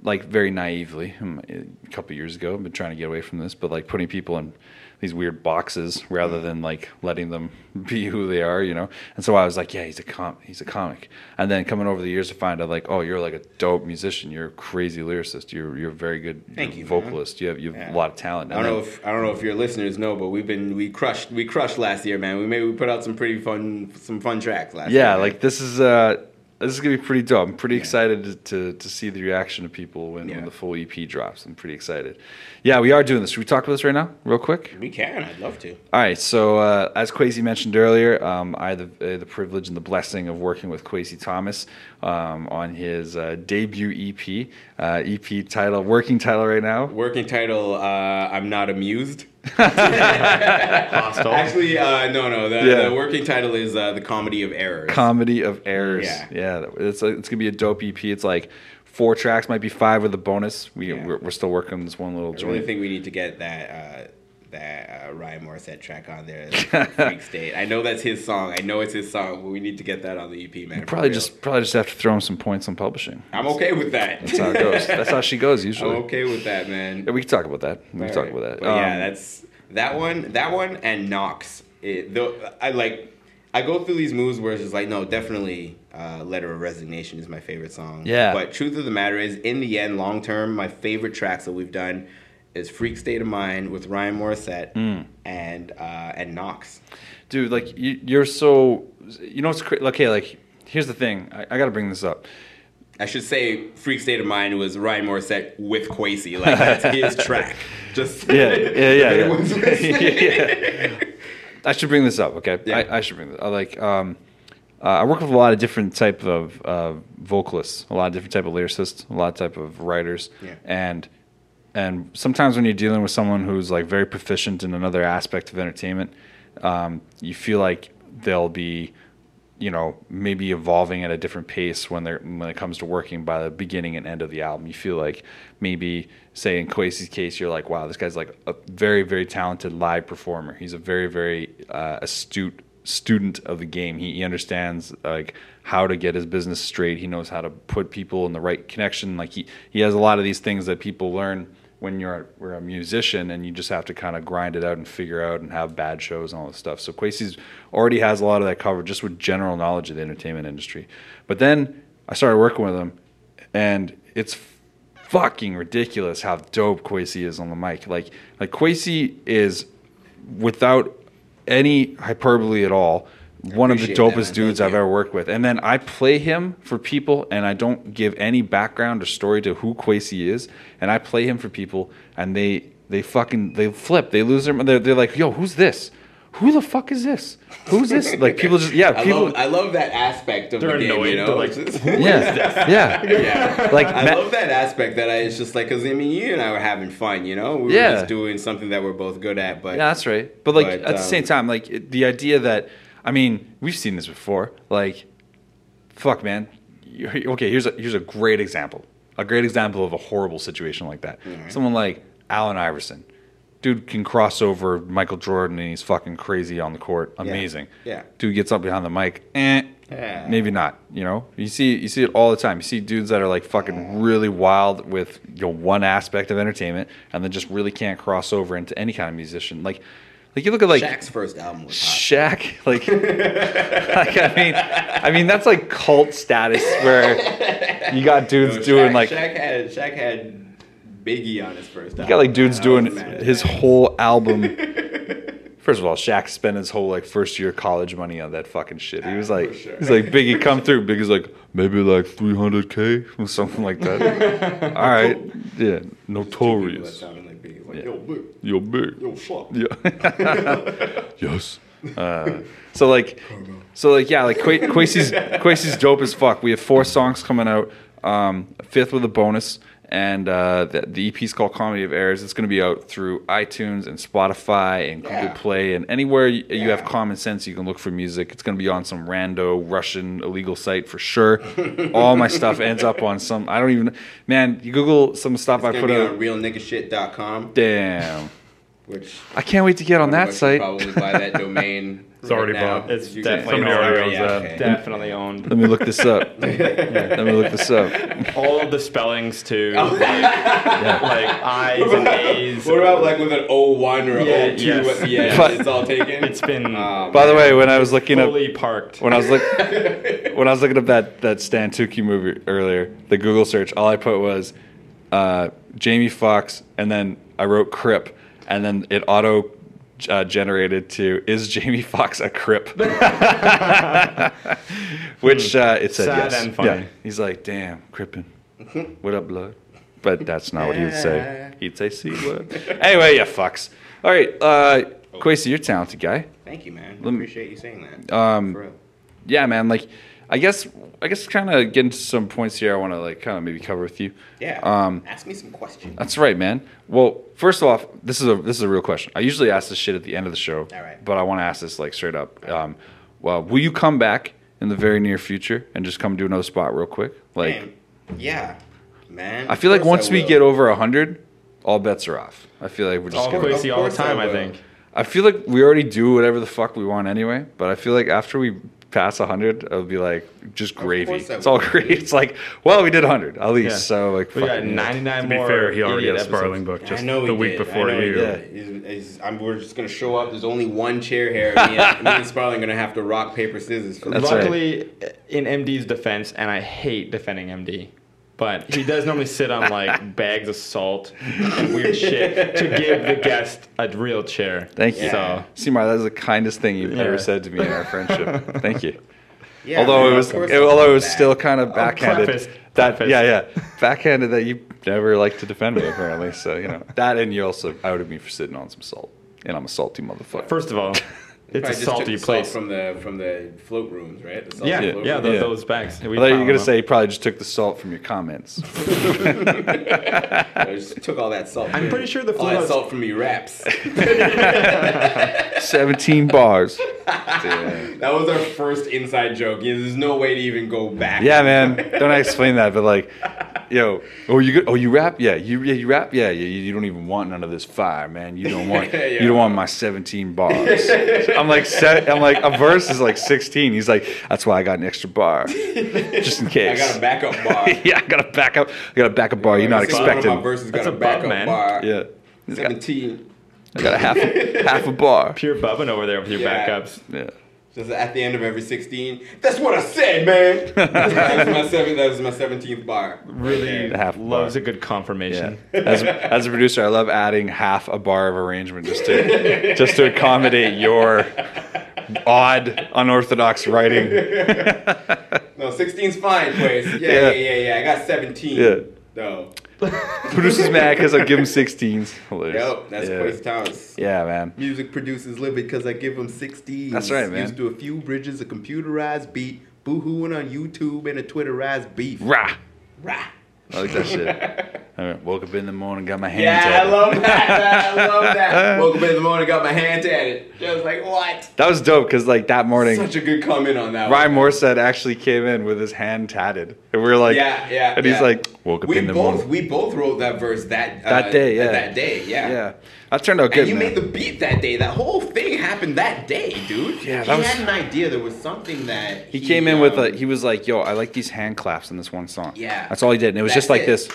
like very naively um, a couple years ago, I've been trying to get away from this, but like putting people in these weird boxes Mm. rather than like letting them be who they are, you know. And so I was like, yeah, he's a com, he's a comic. And then coming over the years to find out like, oh, you're like a dope musician, you're a crazy lyricist, you're you're a very good Thank you're a you, man. vocalist. You have you have Yeah. a lot of talent. I don't And know then- if I don't know if your listeners know, but we've been we crushed we crushed last year, man. We made we put out some pretty fun some fun tracks last year. yeah, man. like this is uh this is gonna be pretty dope. I'm pretty excited to, to, to see the reaction of people when, when Yeah. the full EP drops. I'm pretty excited. Yeah, we are doing this. Should we talk about this right now, real quick? we can. I'd love to. All right. So uh, as Quasi mentioned earlier, um, I had the, uh, the privilege and the blessing of working with Quasi Thomas um, on his uh, debut EP, uh, EP title, working title right now. Working title: uh, I'm not amused. Hostile. Actually, uh, no, no. The, Oh. Yeah. the working title is uh, the comedy of errors. Comedy of errors. Yeah. yeah it's uh, it's gonna be a dope EP. It's like four tracks, might be five with a bonus. We Yeah. we're, we're still working on this one little I really joint. think we need to get that uh, that uh, Ryan Morissette track on there. Freak State. I know that's his song. I know it's his song, but we need to get that on the EP, man. for Probably real. just probably just have to throw him some points on publishing. I'm okay with that. That's how it goes. That's how she goes I'm usually. okay with that, man. Yeah, we can talk about that. We can talk Alright. about that. But yeah, Um, that's that one. That one and Knox. It, the, I like. I go through these moves where it's just like, no, definitely, uh, "Letter of Resignation" is my favorite song. Yeah. But truth of the matter is, in the end, long term, my favorite tracks that we've done is "Freak State of Mind" with Ryan Morissette Hmm. and uh, and Knox. dude like you, you're so you know it's cra- okay like here's the thing I, I gotta bring this up I should say, "Freak State of Mind" was Ryan Morissette with Quasi. Like that's his track. Just yeah yeah yeah, Everyone's yeah. listening. Yeah. i should bring this up okay Yeah. I, I should bring this up like um uh, i work with a lot of different type of uh, vocalists a lot of different type of lyricists a lot of type of writers Yeah. and and sometimes when you're dealing with someone who's like very proficient in another aspect of entertainment um, you feel like they'll be you know maybe evolving at a different pace when they're when it comes to working by the beginning and end of the album you feel like maybe say in Quasi's case you're like wow this guy's like a very very talented live performer he's a very very uh, astute student of the game he, he understands like how to get his business straight he knows how to put people in the right connection like he he has a lot of these things that people learn when you're we're a musician and you just have to kind of grind it out and figure out and have bad shows and all this stuff. So Quasi's already has a lot of that covered just with general knowledge of the entertainment industry. But then I started working with him, and it's fucking ridiculous how dope Quasi is on the mic. Like like Quasi is without any hyperbole at all. One of the appreciate that, dopest man. dudes Thank I've you. ever worked with. And then I play him for people and I don't give any background or story to who Quasi is. And I play him for people and they they fucking they flip. They lose their they're, they're like, "Yo, who's this? Who the fuck is this? Who's this?" Like people just yeah, I people love, I love that aspect of They're the game. annoyed. You know? They're like, It's- yeah. Yeah. yeah. Like I Ma- love that aspect that I, it's just like, because I mean, you and I were having fun, you know? We were Yeah. just doing something that we're both good at, but Yeah, that's right. But like But, at the same um, time, like it- the idea that I mean, we've seen this before. Like, fuck, man. You- Okay, here's a here's a great example. A great example of a horrible situation like that. Mm-hmm. Someone like Allen Iverson, dude can cross over Michael Jordan and he's fucking crazy on the court. Amazing. Yeah. Dude gets up behind the mic. Eh, Yeah. Maybe not. You know, you see you see it all the time. You see dudes that are like fucking really wild with you know one aspect of entertainment, and then just really can't cross over into any kind of musician. Like, like you look at like Shaq's first album was hot. Shaq, like, like I mean, I mean that's like cult status where you got dudes No, doing Shaq- like Shaq had Shaq had Biggie on his first album. You got like dudes I doing was mad at his that. whole album. First of all, Shaq spent his whole like first year college money on that fucking shit. He was Ah, like, for sure. he's like Biggie, come through. Biggie's like maybe like three hundred k or something like that. all right, yeah, Two people that notorious. sounded like Biggie. Like, yo, Big, Yo, big. yo, Schlup. Yeah. yes. Uh, so like, so like, yeah, like Qua- Quasi's Quasi's dope as fuck. We have four songs coming out, um, a fifth with a bonus, and uh, the, the EP is called Comedy of Errors. It's going to be out through iTunes and Spotify and Yeah. Google Play and anywhere you, you have Yeah. common sense, you can look for music. It's going to be on some rando Russian illegal site for sure. All my stuff ends up on some. I don't even. Man, you Google some stuff It's I gonna put be out. on realniggashit.com, Damn. which I can't wait to get on that I should site. Probably buy that domain. It's already bought. It's You can- definitely Somebody owned. already owns Yeah, that. Definitely owned. Let me look this up. Let me look this up. All of the spellings too. Like, like I's and A's. What about like with an O one or an Yeah, O two yes. at the end? But- it's all taken. It's been Um, By the way, when I was looking up, fully parked. when I was look, when I was looking up that that Stan Tucci movie earlier, the Google search, all I put was uh, Jamie Fox, and then I wrote Crip, and then it auto. Uh, generated to is Jamie Fox a crip? Which uh, it said Sad yes. and funny. Yeah. He's like, damn, crippin. What up, blood? But that's not what he would say. He'd say c word. anyway, yeah, fucks. All right, uh, Quasi, you're a talented guy. thank you, man. me- Appreciate you saying that. Um, For real. yeah, man. Like, I guess, I guess, kind of getting to some points here. I want to like kind of maybe cover with you. yeah. Um, ask me some questions. that's right, man. Well, first off, this is a this is a real question. I usually ask this shit at the end of the show. All right. But I want to ask this like straight up. Um, well, will you come back in the very near future and just come do another spot real quick? Like, Man, yeah, man. I feel like Of course once I we will. get over hundred, all bets are off. I feel like we're just All gonna. Quasi. crazy all the course I time. I will. think. I feel like we already do whatever the fuck we want anyway, but I feel like after we pass 100, it'll be like just gravy. course I It's all would. gravy. It's like, well, we did 100 at least. Yeah. So, like, We got fucking- 99 To be more. fair, he already idiot had a Sparling episodes. book just I know the he week did. before I know he you. did. He's- he's- I'm- we're just gonna show up. There's only one chair here. Me and, me and Sparling gonna have to rock paper scissors. For That's the right. Luckily, in MD's defense, and I hate defending MD, but he does normally sit on like bags of salt and weird shit to give the guest a real chair. Thank you. So, See, Mar, that is the kindest thing you've Yeah. ever said to me in our friendship. Thank you. Yeah, although man, it of was, course it- I will although do it was that. still kind of backhanded. preface, that, preface. yeah, yeah, backhanded that you never like to defend me apparently. So you know that, and you also outed me for sitting on some salt, and I'm a salty motherfucker. first of all, it's Probably a just took salty the salt place. from the from the float rooms, right? The salt yeah, Yeah. yeah, float Yeah. rooms. Those, those bags. We I thought you were found gonna them. say you probably just took the salt from your comments. I just took all that salt. I'm pretty sure the all that float- salt from your wraps. 17 bars. That was our first inside joke. Yeah, there's no way to even go back. Yeah, man. Don't I explain that? But like, yo, oh you good? Oh you rap? Yeah, you yeah you rap? Yeah, yeah. You, you don't even want none of this fire, man. You don't want Yeah. you don't want my 17 bars. So I'm like se- I'm like a verse is like 16. He's like, that's why I got an extra bar, just in I case. got a backup bar. yeah, I got a backup. I got a backup bar. You're not Every single one of my expecting. verses got That's a a bug, backup man. bar. Yeah, He's got- Seventeen. I got a half half a bar. Pure bubbing over there with your Yeah. backups. Yeah. Just at the end of every 16. That's what I said, man. that was my seven, That was my 17th bar. Really Half a loves bar. a good confirmation. Yeah. As, as a producer, I love adding half a bar of arrangement just to just to accommodate your odd, unorthodox writing. No, 16's fine, please. Yeah. Yeah, yeah, yeah, yeah. I got 17. Yeah. No. Producer's mad because I give him 16s. Hilarious. Yep, that's yeah. Quincy Thomas. Yeah, man. Music producers live it because I give them 16s. That's right, man. Used to a few bridges, a computerized beat, boohooing on YouTube, and a Twitterized beef. Rah. Rah. I like that shit. I mean, woke up in the morning, got my hands Yeah, up. I love that. I love that. Woke up in the morning, got my hands at it. Just like, what? that was dope because like that morning, Such a good comment on that one. Ryan Morissette actually came in with his hand tatted, and we are like, Yeah, yeah. and he's yeah. like, woke up we in the both, morning. We both wrote that verse that uh, That day, yeah. That day, yeah. yeah, that turned out And good. you man. made the beat that day. That whole thing happened that day, dude. Yeah, that he was- had an idea. There was something that He came in with um, a. He was like, "Yo, I like these hand claps in this one song." Yeah. that's all he did, and it was That's just like it. this,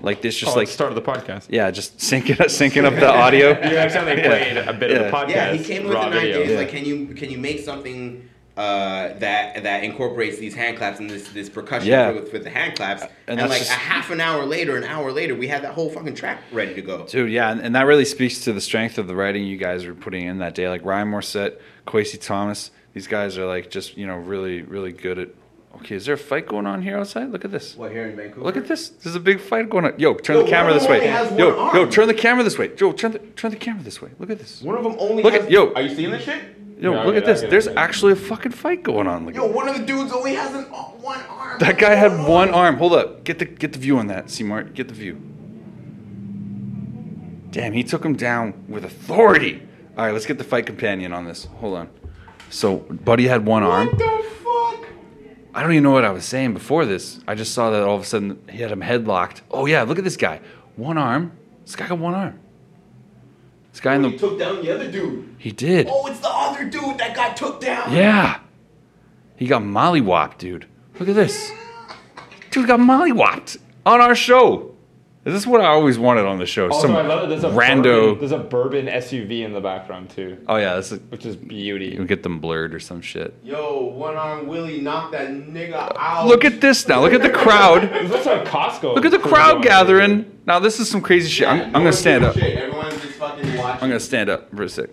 like this, just Oh, like like start of the podcast. yeah, just syncing up, syncing up the audio. You accidentally Yeah. played a bit Yeah. of the podcast. yeah. He came with raw an idea. video. He's Yeah. Like, can you can you make something uh, that that incorporates these hand claps and this this percussion Yeah. with, with the hand claps? And, that's like just- a half an hour later, an hour later, we had that whole fucking track ready to go. Dude, yeah, and, and that really speaks to the strength of the writing you guys are putting in that day. Like Ryan Morissette, Quasi Thomas, these guys are like just you know really really good at. Okay, is there a fight going on here outside? Look at this. What here in Vancouver? Look at this. There's a big fight going on. Yo, turn Yo, the camera one this way. only has one Yo, yo, arm. turn the camera this way. Yo, turn the turn the camera this way. Look at this. One of them only. Look has, at- yo. Are you seeing this shit? Yo, Yeah, I look get at it, I this. get it, There's I get it. actually a fucking fight going on. Look at Yo, one of the dudes only has an, uh, one arm. That guy had one arm. Hold up. Get the get the view on that, Seymour. Get the view. Damn, he took him down with authority. All right, let's get the fight companion on this. Hold on. So, Buddy had one What arm. the fuck? I don't even know what I was saying before this. I just saw that all of a sudden he had him headlocked. Oh yeah, look at this guy. One arm. This guy got one arm. This guy in He the took down the other dude. he did. Oh, it's the other dude that got took down. Yeah. He got mollywopped, dude. Look at this. Dude got mollywopped on our show. This is what I always wanted on the show. Also, Some I love that there's a rando. Bourbon, there's a bourbon SUV in the background too, oh yeah, this is, which is beauty. you get them blurred or some shit. Yo, one arm Willie knocked that nigga out. Look at this now. Look at the crowd. This looks like Costco. Look at the crowd gathering. Now this is some crazy shit. I'm, Yeah, I'm no gonna one stand gives a up. Shit. Everyone's just fucking watching. I'm gonna stand up for a sec.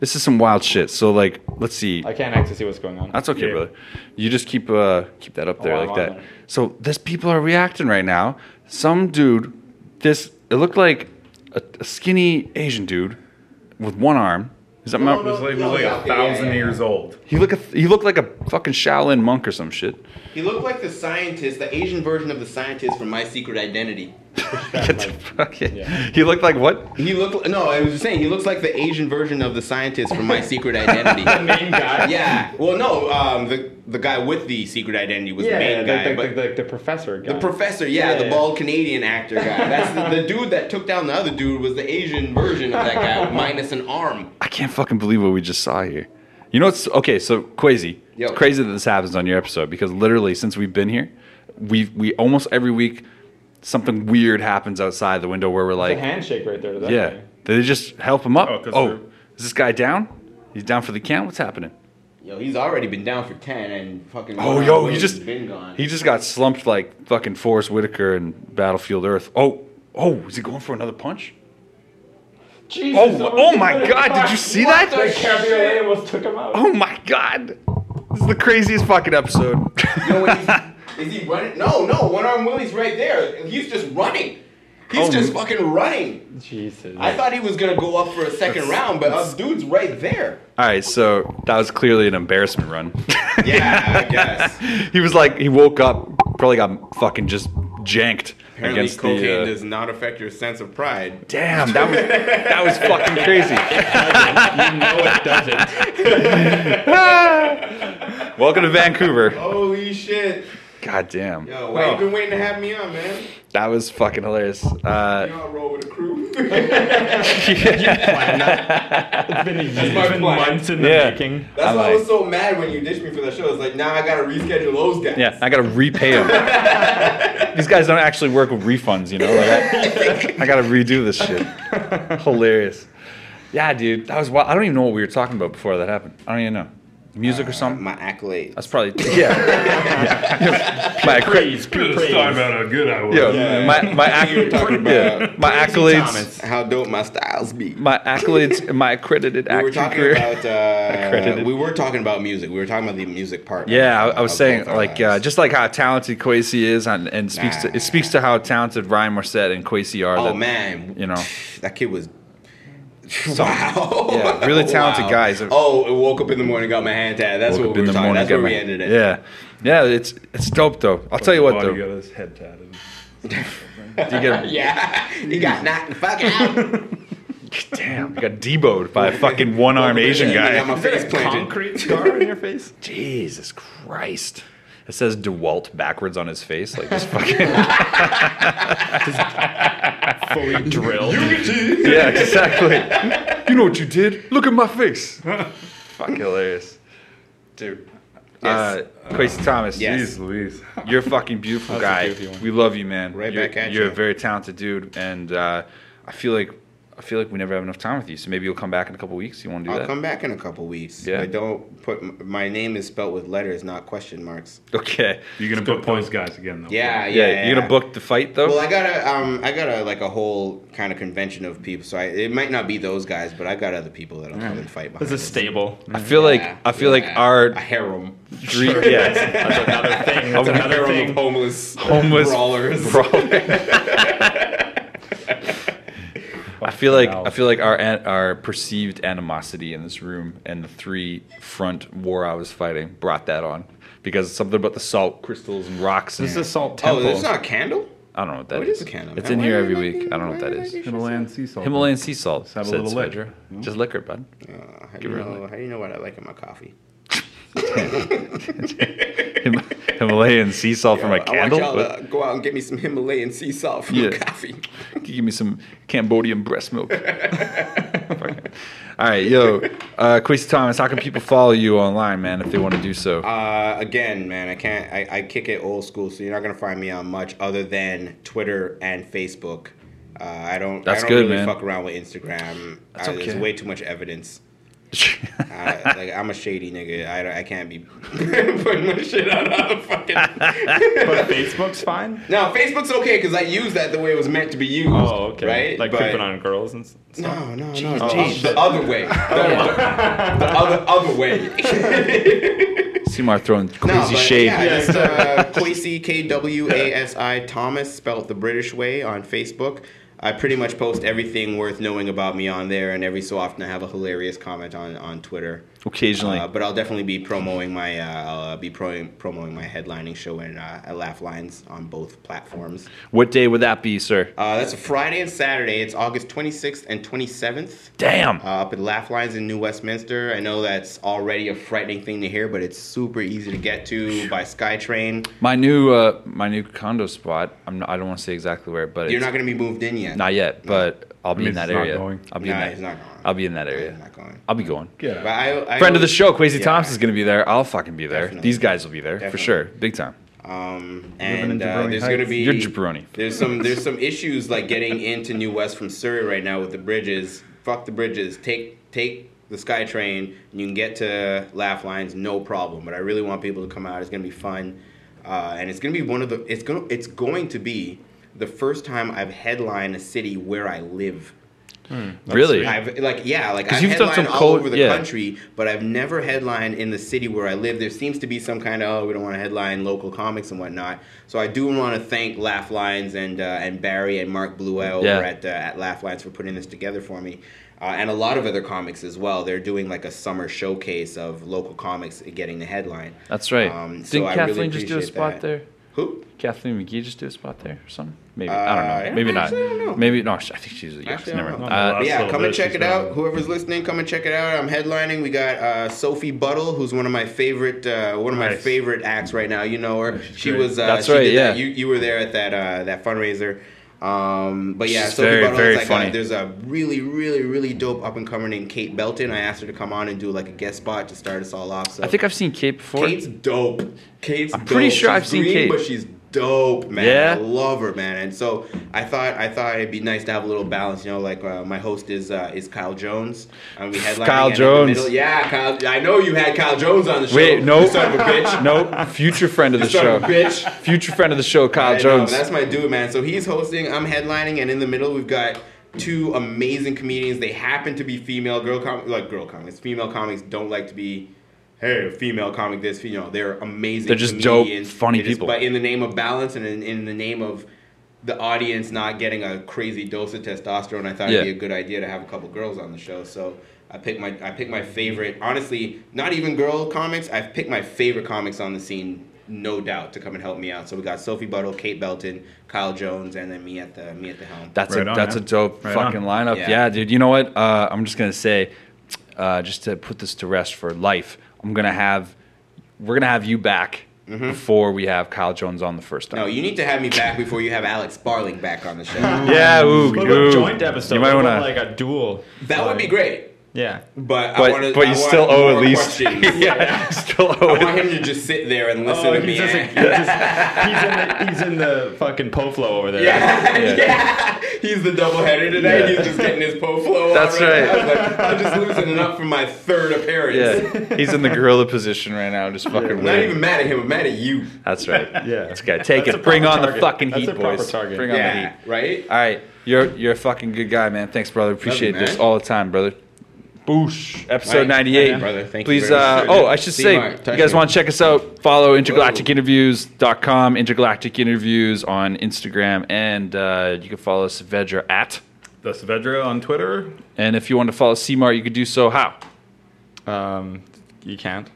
This is some wild shit. So like, let's see. I can't actually see what's going on. That's okay, Yeah. brother. You just keep uh keep that up there Oh, I'm like on that. there. So this people are reacting right now. Some dude, this it looked like a, a skinny Asian dude with one arm. Is that It my, was like, it was No, like yeah, a yeah, thousand yeah, yeah. years old. he looked he looked like a fucking Shaolin monk or some shit. He looked like the scientist, the Asian version of the scientist from My Secret Identity. Get the fuck it. He looked like what? He looked. No, I was just saying. He looks like the Asian version of the scientist from My Secret Identity. the main guy. yeah. Well, no. Um, the the guy with the secret identity was the Yeah, main like, guy, like, but like, like the professor guy. The professor, yeah, Yeah, the yeah. bald Canadian actor guy. That's the, the dude that took down the other dude was the Asian version of that guy minus an arm. I can't fucking believe what we just saw here. You know what's okay? So crazy. Yo. It's crazy that this happens on your episode because literally since we've been here, we we almost every week something weird happens outside the window where we're the like, handshake right there. to That yeah, guy. they just help him up. Oh, Oh, 'cause they're- is this guy down? He's down for the count. What's happening? Yo, he's already been down for ten and fucking. Oh, Ron yo, he Williams just been gone. he just got slumped like fucking Forrest Whitaker in Battlefield Earth. Oh, oh, is he going for another punch? Jesus, Oh, that oh was- my God, did you see What that? The cabriolet almost took him out. Oh my god, this is the craziest fucking episode. Yo, when he's- is he running? No, no, one arm Willie's right there. He's just running. He's Oh, just he- fucking running. Jesus. I thought he was gonna go up for a second round, but uh, dude's right there. All right, so that was clearly an embarrassment run. Yeah, I guess. he was like, he woke up, probably got fucking just janked Apparently, against cocaine the. uh, does not affect your sense of pride. Damn, that was that was fucking crazy. you know it doesn't. Welcome to Vancouver. Holy shit! God damn, Yo, why you been waiting to have me on, man? that was fucking hilarious. Uh, Y'all roll with a crew. It's been, a year. my It's been plan. months in the Yeah. making. That's I'm why I like- was so mad when you ditched me for that show. It's like, now I gotta reschedule those guys. yeah, I gotta repay him. These guys don't actually work with refunds, you know. Like I, I gotta redo this shit. Hilarious. Yeah, dude. That was wild. I don't even know what we were talking about before that happened. I don't even know. Music or something? My accolades. That's probably yeah. yeah. My praise, about how good I was. Yo, Yeah. my my, You were talking acc- about yeah, my Crazy accolades, Thomas. How dope my styles be. my accolades, and my accredited we acting were talking career. about uh, Accredited. we were talking about music. We were talking about the music part. yeah, I, of- I was of saying both our like uh, lives. just like how talented Quasi is, and, and speaks to Nah. it speaks to how talented Ryan Morissette and Quasi are. oh that, man, you know. that kid was wow, yeah, really talented guys. Oh, I woke up in the morning, got my hand tatted. That's woke up what we in were the talking. morning, That's got where we my- ended it. Yeah, yeah, it's it's dope though. I'll tell you what though, Body got his head tatted. you get yeah, he Mm. got knocked the fuck out. damn, you got deboed by a fucking one armed Asian I got guy. my face planted. concrete scar on your face? Jesus Christ. It says DeWalt backwards on his face, like this fucking Fully drilled. yeah, exactly. You know what you did? Look at my face. Fuck hilarious, dude. Yes. Uh, Quincy Thomas, Yes. Jeez Louise. you're a fucking beautiful That's a guy. goofy one. We love you, man. Right you're, back at You're ya. a very talented dude, and uh, I feel like I feel like we never have enough time with you. So maybe you'll come back in a couple weeks. You want to do I'll that? come back in a couple weeks. Yeah. But don't put my name is spelled with letters, not question marks. Okay. You're gonna put points, guys, again though. Yeah, yeah. Yeah, you're gonna book the fight though. Well, I got a, um, I got a like a whole kind of convention of people. So I, it might not be those guys, but I got other people that'll come and fight. behind There's a us. stable. I feel Yeah, like I feel like yeah. our a harem. three yeah, That's another thing. That's Oh, another harem of thing. homeless, homeless brawlers. I feel like hell. I feel like our an- our perceived animosity in this room and the three front war I was fighting brought that on because something about the salt crystals and rocks. And, This is a salt oh, temple. there's not a candle. I don't know what that What is. is a candle? It's Why in are here you every making- week. I don't know what why that are you is. making- Himalayan sea salt. Himalayan sea salt. have a said little lick. Svedra. Just liquor, bud. Uh, how, do you know, how do you know what I like in my coffee? Him- Himalayan sea salt for my I want candle. y'all to go out and get me some Himalayan sea salt for Yeah. my coffee. Can you give me some Cambodian breast milk. All right, yo, uh, Quincy Thomas, how can people follow you online, man, if they want to do so? Uh, again, man, I can't. I, I kick it old school, so you're not gonna find me on much other than Twitter and Facebook. Uh, I don't. That's I don't good, really man. fuck around with Instagram. That's Uh, There's okay. way too much evidence. I, like I'm a shady nigga. I, don't- I can't be putting my shit out on the fucking. But Facebook's fine. now Facebook's okay because I use that the way it was meant to be used. Oh, okay. Right? Like But- creeping on girls and s- stuff. No, no, no. the, jeez. the other way. The, the other other way. Seymour throwing No, crazy but shade. Yeah, it's uh, Kwasi K W A S I Thomas, spelled the British way, on Facebook. I pretty much post everything worth knowing about me on there, and every so often I have a hilarious comment on on Twitter. Occasionally. Uh, but I'll definitely be promoting my uh, I'll uh, be pro- promoting my headlining show and uh, at Laugh Lines on both platforms. what day would that be, sir? Uh, that's a Friday and Saturday. It's August 26th and 27th Damn. uh, up at Laugh Lines in New Westminster. I know that's already a frightening thing to hear, but it's super easy to get to by SkyTrain. my new uh, my new condo spot. I'm not, I don't want to say exactly where, but You're it's not going to be moved in yet. not yet. But I'll be mean, in that it's not area. going. I'll be Nah, in that. he's not going. I'll be in that I'm area. not going. I'll be going. Get But out. I, I Friend of the show, Quasi yeah. Thompson's gonna be there. I'll fucking be there. Definitely. These guys will be there for Definitely. sure, big time. Um, in and uh, Jabroni there's Heights. going to be You're jabroni. There's some there's some issues like getting into New West from Surrey right now with the bridges. Fuck the bridges. Take take the SkyTrain and you can get to Laugh Lines no problem. But I really want people to come out. It's gonna be fun, uh, and it's gonna be one of the it's gonna it's going to be the first time I've headlined a city where I live. Really? I've like yeah, like 'Cause I've you've done headlined some all cold- over the yeah. country, but I've never headlined in the city where I live. There seems to be some kind of oh, we don't want to headline local comics and whatnot. So I do want to thank Laugh Lines and uh, and Barry and Mark Bluell over Yeah. at uh, at Laugh Lines for putting this together for me. Uh, and a lot of other comics as well. They're doing like a summer showcase of local comics getting the headline. That's right. Um, Didn't so I really Kathleen just do a appreciate spot that. there? Who? Kathleen McGee just do a spot there or something? Maybe Uh, I I don't know. don't- Maybe not. actually, I don't know. Maybe no. sh- I think she's a yes. Actually, I Never don't mind. know. Uh, That's yeah, so come and lit. check She's it out. done. Whoever's listening, come and check it out. I'm headlining. We got uh, Sophie Buttle, who's one of my favorite uh, one of my Nice. favorite acts right now. You know her. She great. was. Uh, That's she right, did that- yeah. You you were there at that uh, that fundraiser. Um, but yeah, She's Sophie very, Buttle very is like funny. A, there's a really really really dope up and comer named Kate Belton. I asked her to come on and do like a guest spot to start us all off. So I think I've seen Kate before. Kate's dope. Kate's I'm pretty dope. sure I've She's seen green, Kate. but she's dope, man. Yeah? I love her, man. And so I thought I thought it'd be nice to have a little balance. You know, like uh, my host is uh, is Kyle Jones. And we headlining Kyle it in the Jones. middle. Yeah, Kyle. I know you had Kyle Jones on the show. Wait, no, You son of a bitch. no, future friend of the You son of a show, bitch. future friend of the show, Kyle I know, Jones. that's my dude, man. So he's hosting, I'm headlining, and in the middle we've got two amazing comedians. They happen to be female girl com like girl comics. Female comics don't like to be. Hey, female comic this, you know, they're amazing. They're just dope, funny They just- people. But in the name of balance and in, in the name of the audience not getting a crazy dose of testosterone, I thought Yeah. it'd be a good idea to have a couple girls on the show. So I picked my I picked my favorite. Honestly, not even girl comics. I've picked my favorite comics on the scene, no doubt, to come and help me out. So we got Sophie Buttle, Kate Belton, Kyle Jones, and then me at the me at the helm. That's Right a on, that's man. a dope Right fucking lineup. Yeah. Yeah. dude. You know what? Uh, I'm just gonna say, uh, just to put this to rest for life, I'm gonna have we're gonna have you back before we have Kyle Jones on the first time. Mm-hmm. no, you need to have me back before you have Alex Sparling back on the show. yeah, ooh, What ooh. about joint episode? You might What wanna. about, like a duel. that would be great. Yeah. But I but wanna, but you I want still owe at more least. questions. yeah, still owe. I It. want him to just sit there and listen Oh, to he's, me. just a- he's just- he's in the, he's in the fucking poflo over there. Yeah, Yeah. yeah. He's the double header today. Yeah. He's just getting his po flow. That's on right. now. Like, I'm just loosening up for my third appearance. Yeah, he's in the gorilla position right now, just fucking I'm not waiting. even mad at him. I'm mad at you. That's right. Yeah. This guy, take That's a it. Bring proper on the target. fucking That's heat, a proper boys. target. Bring on the Yeah, heat. right? All right, you're you're a fucking good guy, man. Thanks, brother. Appreciate man. this all the time, brother. Boosh. Episode Right. 98. Yeah, brother. Thank you Please, very uh, much. oh, I should See say, you, Mark. you Touch guys you. want to check us out, follow intergalacticinterviews.com, intergalactic interviews on Instagram, and uh, you can follow us, Vedra, at. The Svedra on Twitter. And if you want to follow CMAR, you could do so how? Um, you can't.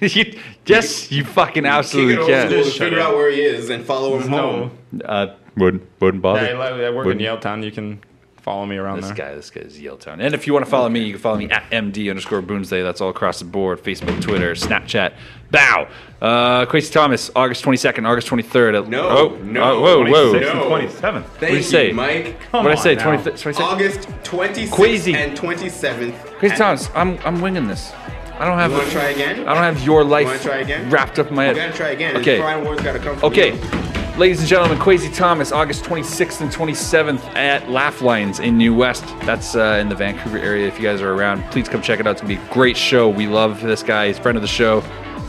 You- yes, you fucking Kick it absolutely over to can. school to figure out where he is and follow him home. Uh, wouldn't, wouldn't bother. Yeah, I, I work in Wouldn't- Yale Town. You can follow me around This there. guy, this guy is Yale Town. And if you want to follow me, you can follow me at MD underscore Boonsday. That's all across the board Facebook, Twitter, Snapchat. Bow. Uh, Quincy Thomas, August 22nd, August 23rd. No, Oh, no, uh, whoa, whoa. 26th No. and 27th. Thank do you you, say? Mike. What did I on say? now. 23rd, 22nd? August 26th Queasy. and 27th. Quincy at- Thomas, I'm, I'm winging this. I don't have. You wanna try again? I don't have your life wanna try again? wrapped up in my You head. gotta try again. Okay. Okay. Final word's gotta come from Okay, you. ladies and gentlemen, Quasi Thomas, August 26th and 27th at Laugh Lines in New West. That's uh, in the Vancouver area. If you guys are around, please come check it out. It's gonna be a great show. We love this guy. He's a friend of the show.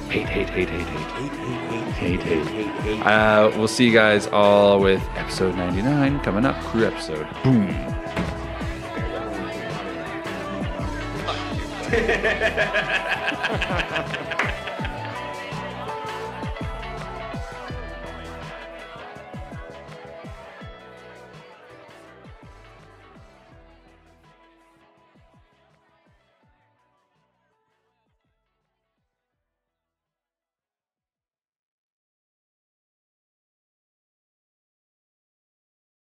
Hate, hate, hate, hate, hate. Hate, hate, hate, hate. Uh, we'll see you guys all with episode 99 coming up. Crew episode. Boom.